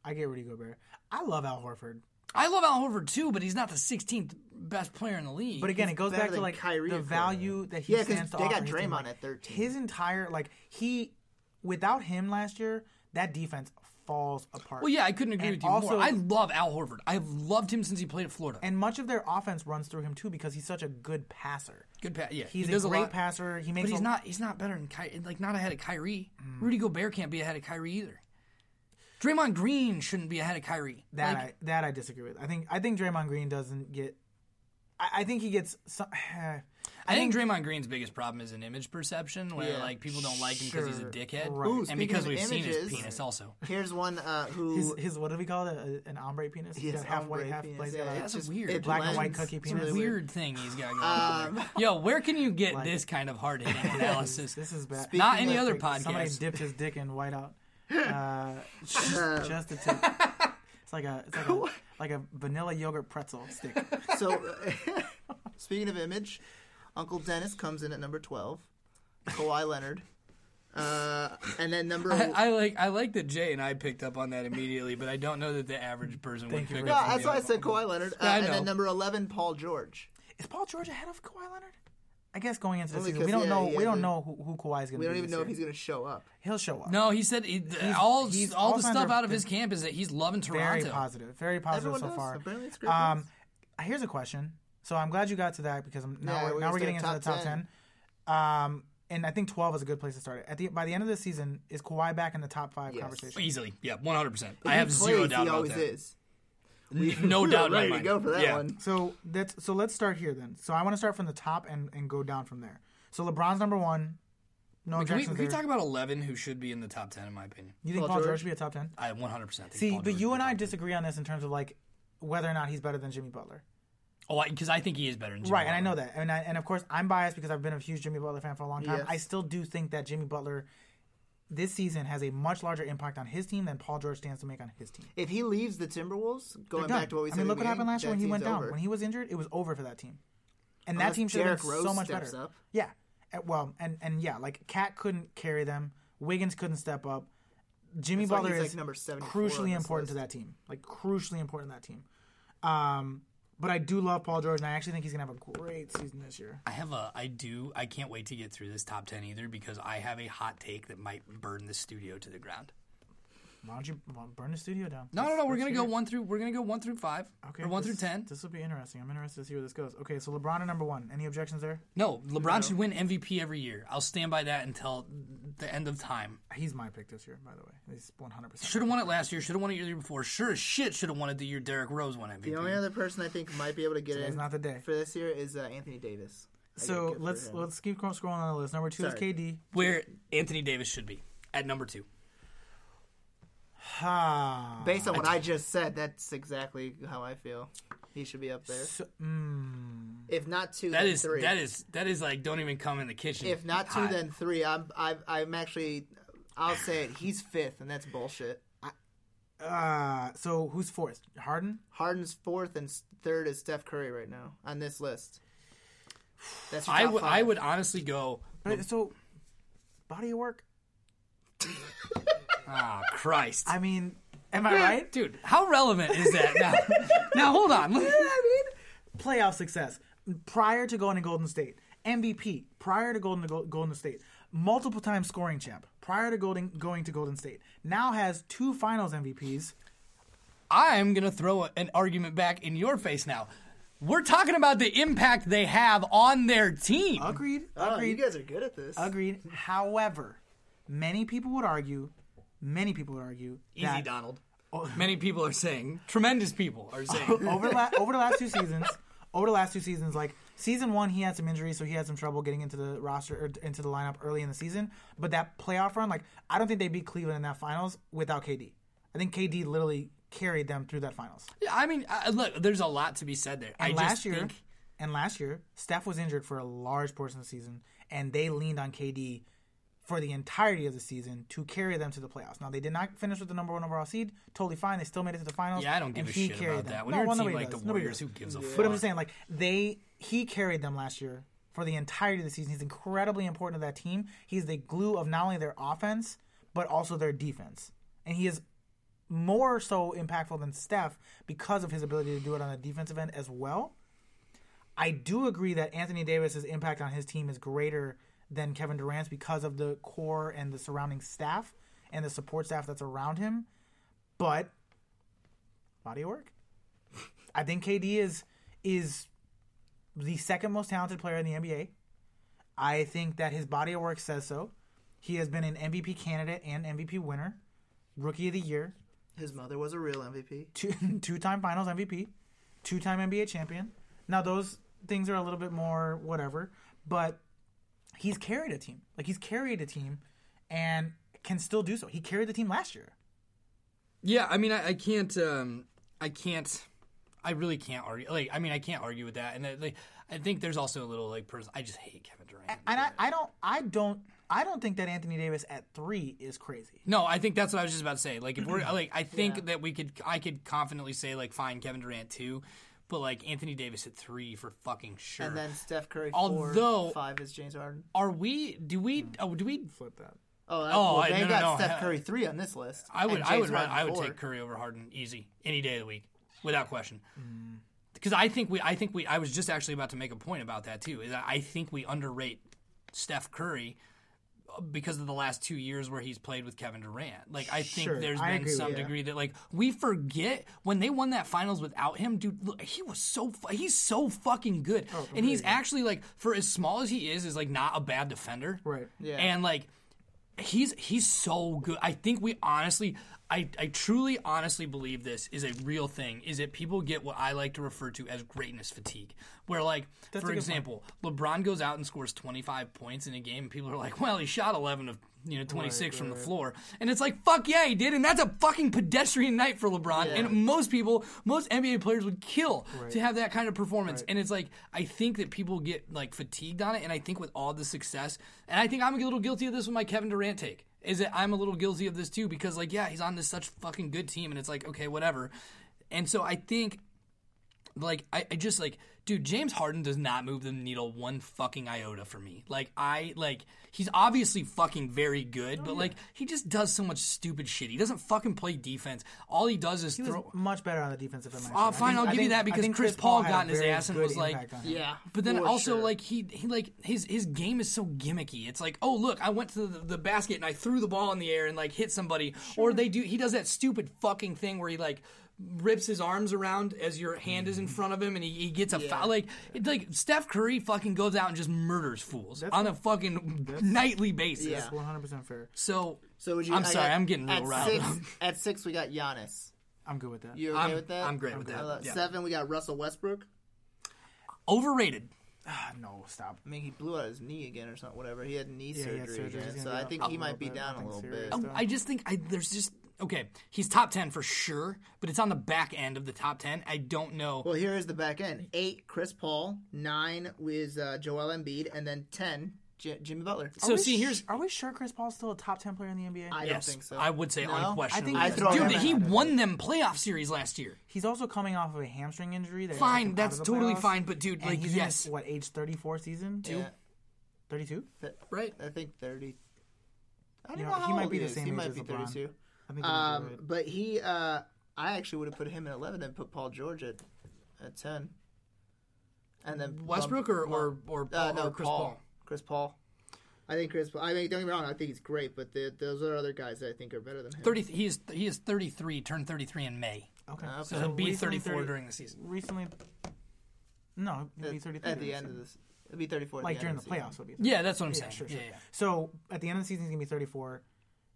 C: I get Rudy Gobert. I love Al Horford.
A: I love Al Horford too, but he's not the 16th best player in the league.
C: But again, it goes
B: better
C: back to
B: than
C: like
B: Kyrie
C: the
B: according to
C: value that he
B: Yeah, 'cause
C: stands to
B: they got
C: offer his team.
B: Draymond
C: Like,
B: at 13.
C: His entire like he without him last year, that defense falls apart.
A: well, yeah, I couldn't agree
C: And
A: with you
C: also-
A: more. I love Al Horford. I've loved him since he played at Florida.
C: and much of their offense runs through him too because he's such a good passer.
A: Good pass. Yeah,
C: He's
A: he
C: a
A: does
C: great
A: lot.
C: passer. He makes
A: But he's
C: a,
A: not. He's not better than Ky- like not ahead of Kyrie. Rudy Gobert can't be ahead of Kyrie either. Draymond Green shouldn't be ahead of Kyrie.
C: that.
A: Like,
C: I, that I disagree with. I think I think Draymond Green doesn't get. I, I think he gets. Some, I,
A: I think Draymond Green's biggest problem is an image perception where
B: Yeah.
A: like people don't like him because he's a
C: Sure.
A: dickhead,
C: Right. Ooh,
A: and
B: speaking
A: because
B: of
A: we've seen his
B: images-
A: penis also.
B: Here's one uh, who
C: his, his what do we call it? A- An ombre penis. He's
B: Yes,
C: got half
B: ombre
C: white, half
B: penis,
C: black.
B: yeah,
C: uh,
B: it's
A: That's weird.
B: it
C: Black and white
B: blends.
C: cookie
B: It's
A: It's a
C: penis.
B: really
A: weird thing he's got going. on there. Yo, where can you get Um, this kind of hard hitting analysis?
C: This is bad.
A: Not
B: Speaking
A: any
B: of
A: other
C: Somebody
A: podcast.
C: dipped his dick in white out. Uh, just, just a tip. It's like a it's like a, like a vanilla yogurt pretzel stick.
B: So, speaking of image, Uncle Dennis comes in at number 12, Kawhi Leonard. Uh, and then number.
A: I, I like I like that Jay and I picked up on that immediately, but I don't know that the average person would
C: Thank you
A: pick
C: for
A: up.
B: No,
A: on
B: that's
A: the
B: why I said Kawhi Leonard. Uh,
A: Yeah, I
B: and then
A: know.
B: number 11, Paul George.
C: Is Paul George ahead of Kawhi Leonard? I guess going into the
B: Only
C: season, we
B: 'cause,
C: don't
B: yeah,
C: know.
B: he
C: We
B: has
C: don't
B: a-
C: know who, who Kawhi is going to be.
B: We don't even
C: this
B: know if
C: year.
B: he's going to show up.
C: He'll show up.
A: No, he said it, all
C: he's-
A: all,
C: all
A: the
C: signs
A: stuff
C: are-
A: out of his camp is that he's loving Toronto.
C: very positive, very positive
B: Everyone
C: so
B: does.
C: far.
B: Apparently it's great
C: Um,
B: news.
C: here's a question. So I'm glad you got to that because I'm, now
B: Yeah,
C: we're,
B: we're
C: now we're
B: gonna
C: getting into
B: start
C: the top
B: top
C: ten.
B: 10.
C: Um, and I think 12 is a good place to start it. At the by the end of the season, is Kawhi back in the top five conversation?
A: Easily, yeah, one hundred percent. I
B: He
A: have zero
B: plays,
A: doubt
B: He
A: about
B: always
A: that.
B: is.
A: No
B: We were
A: doubt in my
B: ready
A: mind.
B: to go for that
A: yeah.
B: one.
C: So that's so. Let's start here then. So I want to start from the top and and go down from there. So LeBron's number one. No
A: Can we,
C: objections
A: can we
C: there.
A: talk about eleven who should be in the top ten in my opinion?
C: you think
B: Paul
C: Paul George
B: George?
C: should be a top ten?
A: I one hundred percent.
C: See, but you and I disagree on this in terms of like whether or not he's better than Jimmy Butler.
A: Oh, because I think he is better than Jimmy
C: Right, and I
A: Butler.
C: know that, and I, and of course I'm biased because I've been a huge Jimmy Butler fan for a long time.
B: Yes.
C: I still do think that Jimmy Butler this season has a much larger impact on his team than Paul George stands to make on his team.
B: If he leaves the Timberwolves, going
C: Done.
B: back to what we
C: I
B: said,
C: mean,
B: in
C: look
B: the
C: what happened
B: beginning,
C: last year
B: that
C: when he
B: team's
C: went down.
B: over.
C: When he was injured, it was over for that team, and
B: Unless
C: that team should have been
B: Derrick Rose
C: so much
B: steps
C: better.
B: up.
C: Yeah, And- well, and and yeah, like Cat couldn't carry them. Wiggins couldn't step up. Jimmy
B: why
C: Butler
B: he's, like,
C: is
B: number 74 on
C: crucially
B: this
C: important to that team. Like crucially important to that team. Um, but I do love Paul George, and I actually think he's gonna have a great season this year.
A: I have a. I do. I can't wait to get through this top ten either because I have a hot take that might burn the studio to the ground.
C: Why don't you why- burn the studio down?
A: No, no, no. We're gonna go one through. We're gonna go one through five. Okay. Or one
C: this-
A: through ten.
C: This will be interesting. I'm interested to see where this goes. Okay, so LeBron at number one. Any objections there?
A: No, LeBron should win MVP every year. I'll stand by that until the end of time.
C: He's my pick this year, by the way. He's 100. percent
A: Should have won it last year. Should have won it the year before. Sure as shit should have won it the year Derrick Rose won MVP.
B: The only other person I think might be able to get
C: Today's
B: in
C: not the day.
B: for this year is uh, Anthony Davis. I get
C: So
B: good for
C: let's
B: him.
C: let's keep scro- scrolling on the list. Number two
B: Sorry.
C: is KD.
A: Where Anthony Davis should be at number two.
C: Ah.
B: Based on what I just said, that's exactly how I feel. He should be up there.
C: So, mm,
B: If not two,
A: That
B: then
A: is
B: three.
A: that is that is like don't even come in the kitchen.
B: if not two,
A: hot.
B: then three. I'm i I'm actually I'll say it. He's fifth, and that's bullshit.
C: uh, so who's fourth? Harden?
B: Harden's fourth, and s- third is Steph Curry right now on this list. That's your
A: I
B: top
A: would
B: five.
A: I would honestly go.
C: Right, so, body of work?
A: Ah, Christ,
C: I mean, am I right?
A: dude, how relevant is that now? now hold on.
C: I mean, playoff success prior to going to Golden State, MVP prior to Golden to Golden State, multiple time scoring champ prior to Golden going to Golden State. Now has two Finals MVPs.
A: I'm gonna throw an argument back in your face now. We're talking about the impact they have on their team.
C: Agreed.
B: Oh, you
C: Agreed.
B: guys are good at this.
C: agreed. However, many people would argue. Many people would argue
A: Easy,
C: that
A: Donald. Many people are saying, tremendous people are saying,
C: over the la- over the last two seasons, over the last two seasons, like season one, he had some injuries, so he had some trouble getting into the roster or into the lineup early in the season. But that playoff run, like I don't think they beat Cleveland in that finals without KD. I think KD literally carried them through that finals.
A: I mean, I, look, there's a lot to be said there. I
C: And
A: just
C: last year,
A: think
C: and last year, Steph was injured for a large portion of the season, and they leaned on KD for the entirety of the season to carry them to the playoffs. Now they did not finish with the number one overall seed. Totally fine. They still made it to the finals.
A: Yeah, I don't give
C: and
A: a
C: he
A: shit
C: carried
A: about
C: them.
A: that. When
C: No,
A: you're
C: well,
A: a team
C: nobody
A: like
C: does.
A: the
C: Nobody
A: Warriors,
C: does.
A: who gives a
C: But
A: fuck?
C: I'm just saying, like they, he carried them last year for the entirety of the season. He's incredibly important to that team. He's the glue of not only their offense but also their defense, and he is more so impactful than Steph because of his ability to do it on the defensive end as well. I do agree that Anthony Davis's impact on his team is greater than Kevin Durant's because of the core and the surrounding staff and the support staff that's around him. But body of work. I think KD is is the second most talented player in the NBA. I think that his body of work says so. He has been an MVP candidate and MVP winner, rookie of the year,
B: His mother was a real MVP.
C: two two time Finals MVP, two time NBA champion. Now those things are a little bit more whatever, but he's carried a team. Like he's carried a team, and can still do so. He carried the team last year.
A: Yeah, I mean, I, I can't, um, I can't, I really can't argue. Like, I mean, I can't argue with that. And I, like, I think there's also a little like person. I just hate Kevin Durant.
C: And I, I don't I don't I don't think that Anthony Davis at three is crazy.
A: No, I think that's what I was just about to say. Like, if we're like, I think that we could, I could confidently say like, fine, Kevin Durant two, but like Anthony Davis at three for fucking sure.
B: And then Steph Curry
A: Although-
B: four, five is James Harden.
A: Are we? Do we? Oh, do we?
C: Flip that.
B: Oh, that,
A: Oh,
B: well,
A: I-
B: they
A: no, no,
B: got
A: no.
B: Steph Curry three on this list.
A: I would.
B: and
A: I
B: James
A: would. run-
B: Harden
A: I would
B: four.
A: take Curry over Harden easy any day of the week, without question. Because I think we. I think we. I was just actually about to make a point about that too. Is that I think we underrate Steph Curry uh, because of the last two years where he's played with Kevin Durant. Like I think
C: Sure,
A: there's
C: I
A: been
C: agree with
A: some
C: you.
A: degree that like we forget when they won that finals without him, dude. Look, he was so fu- he's so fucking good,
C: Oh,
A: and he's actually like for as small as he is, is like not a bad defender,
C: Right.
B: Yeah.
A: And like he's he's so good. I think we honestly, I I truly honestly believe this is a real thing. Is that people get what I like to refer to as greatness fatigue, where like
C: a
A: for
C: good
A: example, LeBron goes out and scores twenty five points in a game, and people are like, well, he shot eleven of you know twenty six from the floor, and it's like fuck yeah, he did, and that's a fucking pedestrian night for LeBron,
B: Yeah.
A: and most people, most NBA players would kill to have that kind of performance. And it's like I think that people get like fatigued on it. And I think with all the success, and I think I'm a little guilty of this with my Kevin Durant take. Is that I'm a little guilty of this too because like yeah, he's on this such fucking good team, and it's like okay, whatever. And so I think like I, I just like dude james harden does not move the needle one fucking iota for me like i like he's obviously fucking very good
C: Oh,
A: but like he just does so much stupid shit he doesn't fucking play defense all he does is
C: He was
A: throw
C: much better on the defensive end. last
A: Oh,
C: year. I
A: fine,
C: think-
A: I'll
C: I
A: give you
C: think-
A: that
C: I
A: because
C: think
A: Chris Paul
C: had
A: got
C: a
A: in his
C: very
A: ass and
C: good
A: was like-
C: impact on him.
B: Yeah,
A: but then
B: for
A: also
B: sure.
A: like he he like his his game is so gimmicky. It's like, oh look, I went to the, the basket and I threw the ball in the air and like hit somebody. Or they do he does that stupid fucking thing where he like rips his arms around as your hand is in
B: Mm-hmm.
A: front of him and he, he gets a foul. Like it's like Steph Curry fucking goes out and just murders fools on a fucking nightly basis.
B: Yeah.
C: One hundred percent fair.
A: So
B: So would you,
A: I'm
B: I
A: sorry,
B: got-
A: I'm getting real
B: at
A: riled
B: six,
A: up.
B: At six, we got Giannis.
C: I'm good with that.
B: You okay
A: I'm-
B: with that?
A: I'm great with that,
B: Uh,
A: yeah.
B: Seven, we got Russell Westbrook.
A: overrated.
C: Ah, no, stop.
B: I mean, he blew out his knee again or something. Whatever. He had knee
C: he had
B: surgery,
C: surgery. He's
B: again,
C: gonna
B: so
C: be
B: I
C: out
B: think
C: for a
B: he might
C: little
B: be
C: bit,
B: down a
C: nothing
B: little bit.
C: serious.
A: I just Oh, think I there's just okay, he's top 10 for sure, but it's on the back end of the top 10. I don't know.
B: Well, here is the back end: eight, Chris Paul; nine was uh, Joel Embiid, and then ten, J- Jimmy Butler.
A: so,
C: Are we
A: see,
C: sh-
A: here's.
C: Are we sure Chris Paul's still a top ten player in the NBA?
B: I
A: yes,
B: don't think so.
A: I would say
B: No?
A: unquestionably.
C: I
B: think I throw
A: Dude,
B: him
A: he
B: out.
A: won them playoff series last year.
C: He's also coming off of a hamstring injury. That knocked him
A: Fine,
C: out
A: that's
C: of the
A: totally
C: playoffs.
A: fine, but dude,
C: And
A: like,
C: he's
A: yes.
C: in his, what age? Thirty four season.
B: Yeah,
C: Thirty-two.
B: th-
A: Right?
B: I think thirty. I don't
C: You know,
B: know how
C: he might
B: old
C: be the
B: is.
C: same
B: He
C: age
B: might
C: as
B: be
C: LeBron.
B: thirty-two.
C: I think.
B: Um,
C: Um,
B: but he, uh, I actually would have put him at eleven and put Paul George at, at ten. And then bump-
A: Westbrook or, or, or,
B: uh,
A: Paul,
B: no
A: or Chris
B: Paul.
A: Paul?
B: Chris Paul. I think Chris. Paul- I mean, don't get me wrong. I think he's great, but the, those are other guys that I think are better than him.
A: 30, he, is, he is 33, turned 33 in May.
C: okay.
B: Uh,
A: So he'll be
C: recently
A: 34
C: thirty-
A: during the season.
C: Recently. No,
B: at,
C: it'd be thirty-three
B: at the
C: during
B: end of this. It'd be thirty-four. at
C: like
B: the end
C: during
B: of
C: the playoffs would be.
A: Yeah, that's what I'm
C: Yeah,
A: saying.
C: sure,
A: yeah,
C: sure.
A: yeah.
C: So at the end of the season, he's gonna be 34.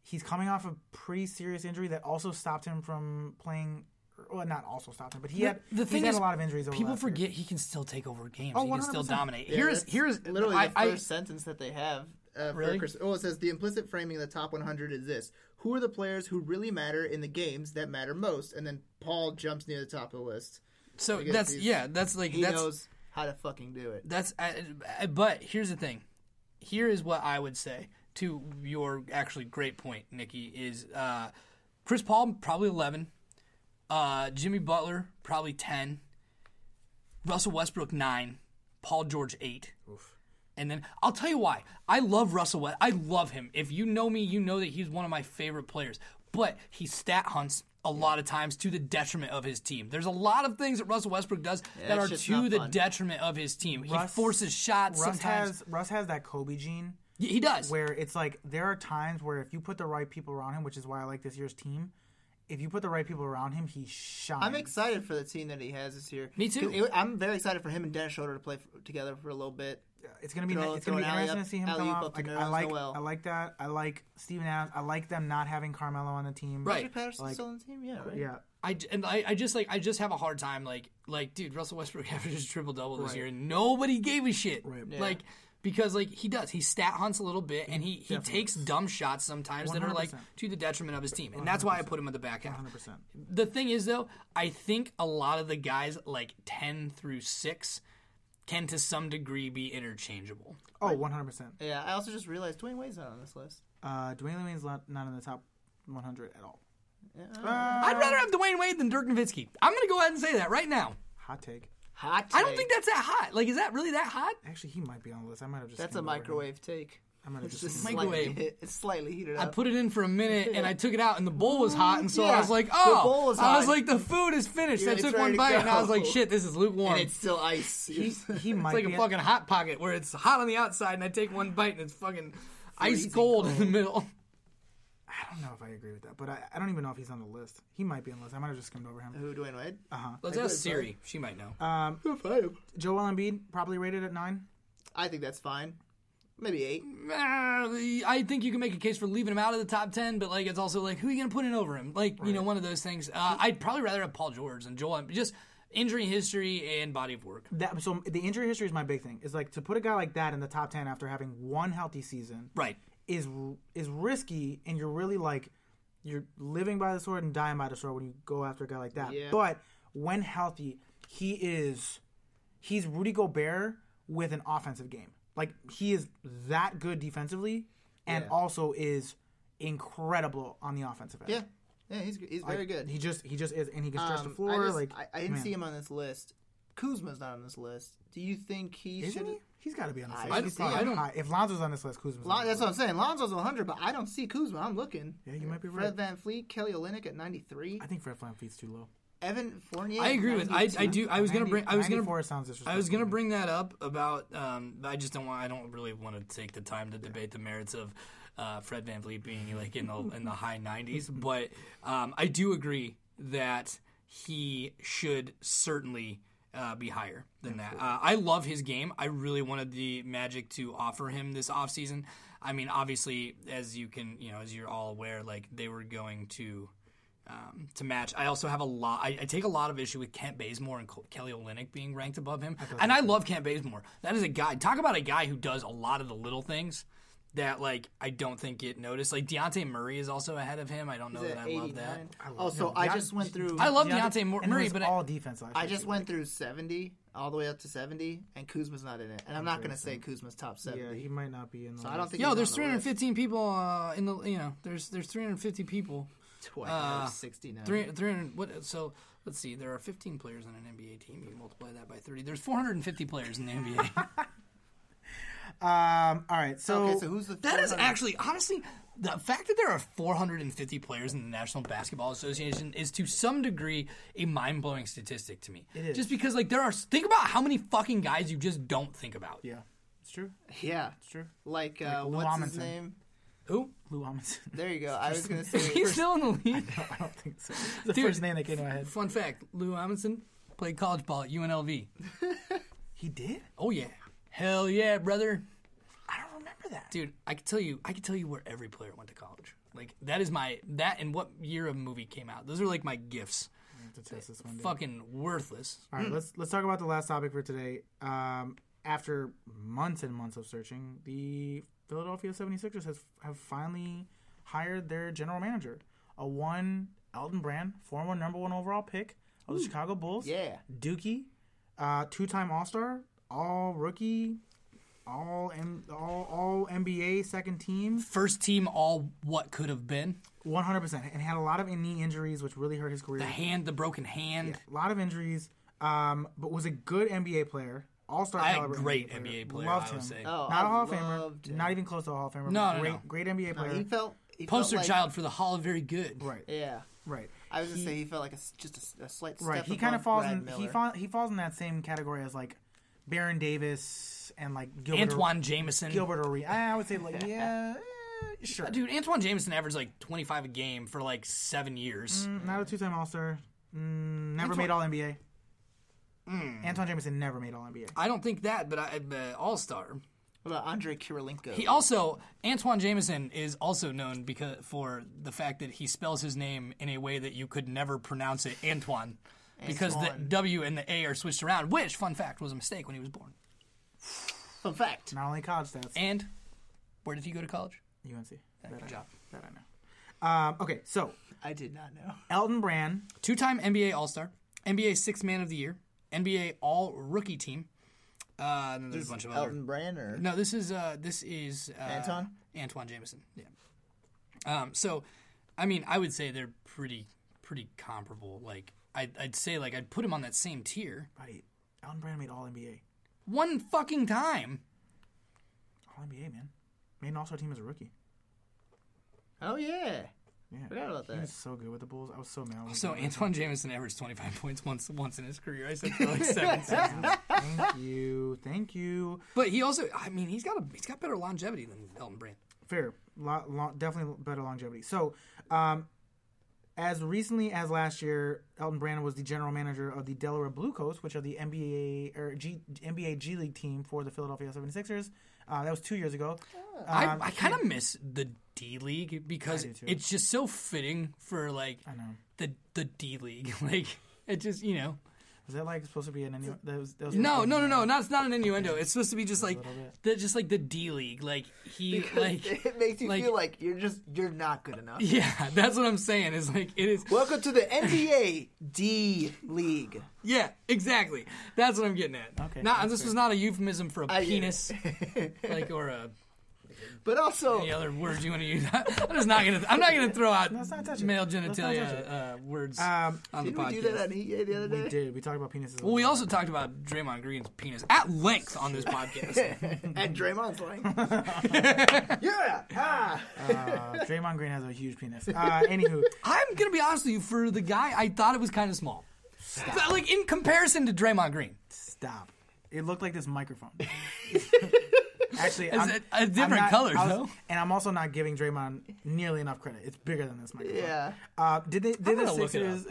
C: He's coming off a pretty serious injury that also stopped him from playing. Well, not also stopped him, but he had
A: the
C: he's
A: thing
C: had
A: is,
C: a lot of injuries. Over
A: People
C: last year.
A: forget he can still take over games.
C: Oh,
A: he can still
C: 100%.
A: dominate.
B: Yeah,
A: here's
B: that's
A: here's
B: literally
A: I,
B: the
A: I-
B: first sentence that they have. Uh, for
A: Really?
B: Chris, oh, it says the implicit framing of the top 100 is this: Who are the players who really matter in the games that matter most? And then Paul jumps near the top of the list.
A: so
B: guess
A: that's
B: he's-
A: yeah. That's like
B: He
A: that's
B: knows how to fucking do it.
A: that's. I, I, but here's the thing. Here is what I would say to your actually great point, Nikki. Is uh, Chris Paul probably 11, uh, Jimmy Butler probably 10, Russell Westbrook 9, Paul George 8. And then I'll tell you why. I love Russell West. I love him. If you know me, you know that he's one of my favorite players. But he stat hunts a lot of times to the detriment of his team. There's a lot of things that Russell Westbrook does that
B: that
A: are
B: shit's
A: to
B: not
A: the
B: fun.
A: detriment of his team.
C: Russ-
A: he forces shots
C: Russ
A: sometimes.
C: has Russ has that Kobe gene
A: Y- he does.
C: where it's like there are times where if you put the right people around him, which is why I like this year's team. If you put the right people around him, he shines.
B: I'm excited for the team that he has this year.
A: Me too.
B: 'Cause it- I'm very excited for him and Dennis Schroeder to play f together for a little bit.
C: it's gonna be
B: Throw-
C: it's
B: throw
C: gonna be
B: an alley
C: interesting
B: up-
C: to see him
B: alley
C: come
B: up
C: off.
B: up to
C: Like, I
B: Nerlens
C: like
B: Noel.
C: I like that. I like Steven Adams. I like them not having Carmelo on the team.
A: Right.
B: Patterson's still on the team, yeah. Right?
C: Yeah.
A: I j- and I, I just like I just have a hard time like like dude Russell Westbrook averages triple double this year and nobody gave a shit
C: Right.
A: like because like he does he stat hunts a little bit and he he takes dumb shots sometimes that are like
C: 100%.
A: to the detriment of his team and that's why I put him at the back half.
C: Hundred percent.
A: The thing is though, I think a lot of the guys like ten through six can to some degree be interchangeable.
C: Oh, 100 percent.
B: Yeah, I also just realized Dwayne Wade's not on this list.
C: Uh, Dwayne Wayne's not, not in the top 100 at all.
B: Yeah.
A: I'd rather have Dwayne Wade than Dirk Nowitzki. I'm gonna go ahead and say that right now.
C: Hot take.
B: Hot
A: I don't
B: take.
A: think that's that hot. Like, is that really that hot?
C: Actually, he might be on the list. I might have just.
B: that's a
C: skimmed over him.
B: microwave take.
C: I might have
B: It's
C: just.
B: just
C: skimmed over
B: slightly,
A: Microwave.
B: hit- it's slightly heated
A: I
B: up.
A: put it in for a minute and I took it out and the bowl was hot and so I
B: Yeah,
A: was like,
B: the
A: oh,
B: bowl was
A: I was
B: hot.
A: like, the food is finished.
B: Yeah,
A: I
B: it's
A: took
B: ready
A: one
B: to
A: bite and I was
B: go.
A: like, shit, this is lukewarm.
B: and it's
A: It's
B: still ice.
C: him. He might
A: like
C: be
A: a
C: at-
A: fucking hot pocket where it's hot on the outside and I take one bite and it's fucking ice
B: Freezing
A: cold, in the middle.
C: I don't know if I agree with that, but I, I don't even know if he's on the list. He might be on the list. I might have just skimmed over him.
B: Who Dwayne Wade?
A: Let's ask Siri. She might know. Uh,
C: Um,
B: five.
C: Joel Embiid probably rated at nine.
B: I think that's fine. Maybe eight.
A: Ah, I think you can make a case for leaving him out of the top 10, but like it's also like, who are you going to put in over him? Like, you know, one of those things. Uh, I'd probably rather have Paul George than Joel. Just injury history and body of work.
C: That so the injury history is my big thing. Is like to put a guy like that in the top ten after having one healthy season.
A: Right.
C: is is risky and you're really like you're living by the sword and dying by the sword when you go after a guy like that.
B: Yeah.
C: But when healthy, he is he's Rudy Gobert with an offensive game. Like he is that good defensively and
B: Yeah.
C: also is incredible on the offensive end.
B: Yeah, yeah, he's he's very good.
C: He just he just is and he can stretch the
B: Um,
C: floor
B: I, just-
C: like
B: I, I didn't
C: man.
B: see him on this list. Kuzma's not on this list. Do you think he
C: Isn't
B: should?
C: he? He's got to be on this
B: I
C: list.
B: don't
C: He's
B: see
C: probably
B: him.
A: I don't-
C: high. If Lonzo's on this list, Kuzma's on this
B: Uh, That's
C: list.
B: what I'm saying. Lonzo's 100, but I don't see Kuzma. I'm looking.
C: Yeah, you might be right.
B: Fred Van Fleet, Kelly Olynyk at 93,
C: I think Fred VanVleet's too low.
B: Evan Fournier.
A: I
B: at
A: agree with I, I
B: 92.
A: do I was gonna bring I was gonna
C: 94 sounds disrespectful.
A: I was gonna bring that up about. Um, I just don't want. I don't really want to take the time to debate the merits of uh, Fred Van Vliet being like in the in the high 90s, but um, I do agree that he should certainly. Uh, be higher than that. Uh, I love his game. I really wanted the Magic to offer him this offseason. I mean, obviously, as you can, you know, as you're all aware, like they were going to um, to match. I also have a lot. I, I take a lot of issue with Kent Bazemore and Col- Kelly Olynyk being ranked above him, and I love Kent Bazemore. That is a guy. Talk about a guy who does a lot of the little things. that like I don't think get noticed. Like Deontay Murray is also ahead of him. I don't know
B: He's
A: that
B: at
A: I love
B: 89.
A: that.
B: also, I just went through.
A: I love
C: Deontay-
A: Deontay, Mur-
C: and it
A: Murray,
C: was
A: but I-
C: all defense. Last
B: I
C: year,
B: just
C: too.
B: went through 70 all the way up to 70, and Kuzma's not in it. And I'm not going to say Kuzma's top 70.
C: Yeah, he might not be in. The
B: I don't think.
A: Yo,
B: he's
A: there's
B: on the list.
A: 315 people uh, in the you know there's there's 350 people.
B: Twice,
A: uh,
B: 69.
A: Three, 300 what so let's see there are 15 players on an NBA team you multiply that by 30 there's 450 players in the NBA
C: Um. All right. So,
B: okay, so who's the?
A: that is
B: 400?
A: actually honestly the fact that there are 450 players in the National Basketball Association is to some degree a mind-blowing statistic to me it
C: is.
A: just because like there are think about how many fucking guys you just don't think about
C: yeah, it's true.
B: Yeah,
C: It's true.
B: like uh,
C: Lou
B: what's his
C: Amundsen.
B: name?
A: who
C: Lou Amundson.
B: There you go. I was going to say.
A: he's still in the league
C: I don't think so. It's the
A: Dude.
C: first name that came to my head.
A: fun fact Lou Amundson played college ball at UNLV
C: He did.
A: oh yeah hell yeah brother
C: I don't remember that.
A: Dude, I could tell you, I could tell you where every player went to college. Like that is my that and what year a movie came out. Those are like my gifts.
C: I have to test this one. day.
A: Fucking worthless.
C: All right, let's let's talk about the last topic for today. Um, after months and months of searching, the Philadelphia 76ers has have finally hired their general manager, a one Elton Brand, former number one overall pick of the Chicago Bulls.
B: Yeah.
C: Dookie, uh, two-time All-Star, all rookie, all M- all all NBA second team,
A: First team, all what could have been.
C: 100%, and had a lot of knee injuries, which really hurt his career.
A: The hand, the broken hand.
C: a lot of injuries, um, but was a good NBA player. All star
A: I-
C: caliber
A: great NBA
C: NBA
A: player,
C: player. Loved
A: I would
C: him.
A: say.
B: Oh,
C: not
B: I
C: a Hall of
B: loved
C: Famer.
B: him.
C: Not even close to a Hall of Famer.
A: No, no,
C: great,
A: no.
C: great NBA player.
B: He felt he felt
A: Poster
B: like-
A: child for the Hall of Very Good.
C: right,
B: Yeah,
C: right,
B: I was gonna say he felt like a s just a s- a, slight step
C: right. He kind
B: kind
C: of falls
B: Brad
C: in. He,
B: Miller.
C: fall, he falls in that same category as like Baron Davis and like Gilbert
A: Antoine Jameson.
C: Gilbert Ori. I would say like yeah, eh, sure.
A: Dude, Antoine Jameson averaged like 25 a game for like seven years.
C: Mm-hmm. Not a two time All Star. Mm, never made All NBA. Antoine Jameson never made All NBA.
A: I don't think that, but I uh, All Star.
B: What about Andre Kirilenko?
A: He also Antoine Jameson is also known because for the fact that he spells his name in a way that you could never pronounce it Antoine, because the
B: Antoine.
A: W and the A are switched around, which fun fact was a mistake when he was born.
B: Fun fact.
C: Not only college stats.
A: And where did he go to college?
C: UNC. That I,
A: Good job.
C: that I know. Um, okay, so
B: I did not know.
C: Elton Brand.
A: Two-time NBA All-Star, NBA Sixth Man of the Year, NBA All Rookie Team. Uh, and then there's a bunch of other.
B: Elton Brand or
A: No, this is uh, this is uh,
B: Anton?
A: Antoine Jameson. Yeah. Um, so, I mean, I would say they're pretty pretty comparable. Like, I, I'd say like I'd put him on that same tier.
C: Buddy, Elton Brand made All NBA.
A: One fucking time.
C: All NBA, man. Made an All Star team as a rookie.
B: Oh yeah,
C: Yeah.
B: forgot about
C: He
B: that.
C: was so good with the Bulls. I was so mad. when he
A: So
C: got
A: Antoine Jameson averaged 25 points once once in his career. I said for like seven seasons.
C: cut. Thank you. Thank you.
A: But he also, I mean, he's got a he's got better longevity than Elton Brand.
C: Fair. Lo- lo- definitely better longevity. So, um, as recently as last year, Elton Brand was the general manager of the Delaware Blue Coats, which are the NBA or G, NBA G League team for the Philadelphia 76ers. Uh, that was two years ago.
A: Ah.
C: Um,
A: I, I kind of miss the D League because
C: do too.
A: it's just so fitting for like the the D League. Like it just you know
C: was that like supposed to be an annual? That was, that was
A: No, no, no, no. Not it's not an innuendo. It's supposed to be just like the just like the D League. Like he like
B: it makes you
A: like-
B: feel like you're just you're not good enough.
A: yeah. That's what I'm saying. Is like it is.
B: Welcome to the NBA D League.
A: Yeah, exactly. That's what I'm getting at.
C: Okay,
A: Not
C: that's
A: this was not a euphemism for a
B: I get
A: penis, like or a
B: But also,
A: any other words you want to use. I'm just not gonna. I'm not gonna throw out
C: not touch it.
A: male
C: Let's not touch
A: genitalia uh, words
C: Um,
A: on the
B: didn't we
A: podcast.
B: do that on EA the other
C: we
B: day?
C: did. We talked about penises.
A: well, we also talked about Draymond Green's penis at length on this podcast.
B: At Draymond's line. yeah. Ah.
C: uh, Draymond Green has a huge penis. Uh, anywho,
A: I'm gonna be honest with you. For the guy, I thought it was kind of small. But, like in comparison to Draymond Green.
C: stop. It looked like this microphone. Actually, I'm,
A: a- a different
C: I'm not-
A: color,
C: I was-
A: though.
C: And I'm also not giving Draymond nearly enough credit. It's bigger than this microphone.
B: Yeah.
C: Uh, did they? Did the
A: gonna look it
C: Sixers?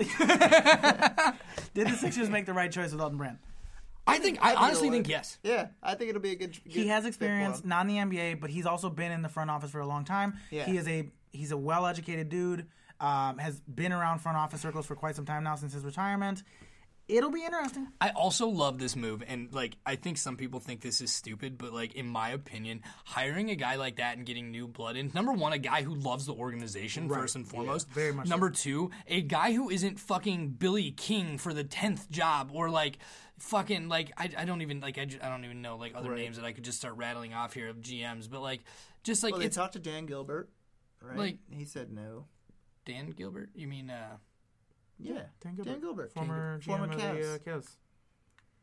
C: did the Sixers make the right choice with Elton Brand?
A: I think I
B: think
A: honestly
B: it'll
A: think
B: work.
A: yes.
B: Yeah, I think it'll be a good. good
C: He has
B: fit for
C: experience,
B: him.
C: not in the NBA, but he's also been in the front office for a long time.
B: Yeah.
C: He is a he's a well educated dude. Um, has been around front office circles for quite some time now since his retirement, it'll be interesting.
A: I also love this move, and like I think some people think this is stupid, but like in my opinion, hiring a guy like that and getting new blood in number one, a guy who loves the organization first and foremost.
C: very much so.
A: Number two, a guy who isn't fucking Billy King for the tenth job or like fucking like I, I don't even like I, ju- I don't even know like other names that I could just start rattling off here of GMs, but like just like
B: Well, they
A: it's
B: talked to Dan Gilbert, right?
A: Like-
B: he said no.
A: Dan Gilbert. You mean uh
B: Yeah,
C: Dan Gilbert,
B: Dan Gilbert.
C: former GM
B: Former
C: of the uh,
B: Cavs.
C: Cavs.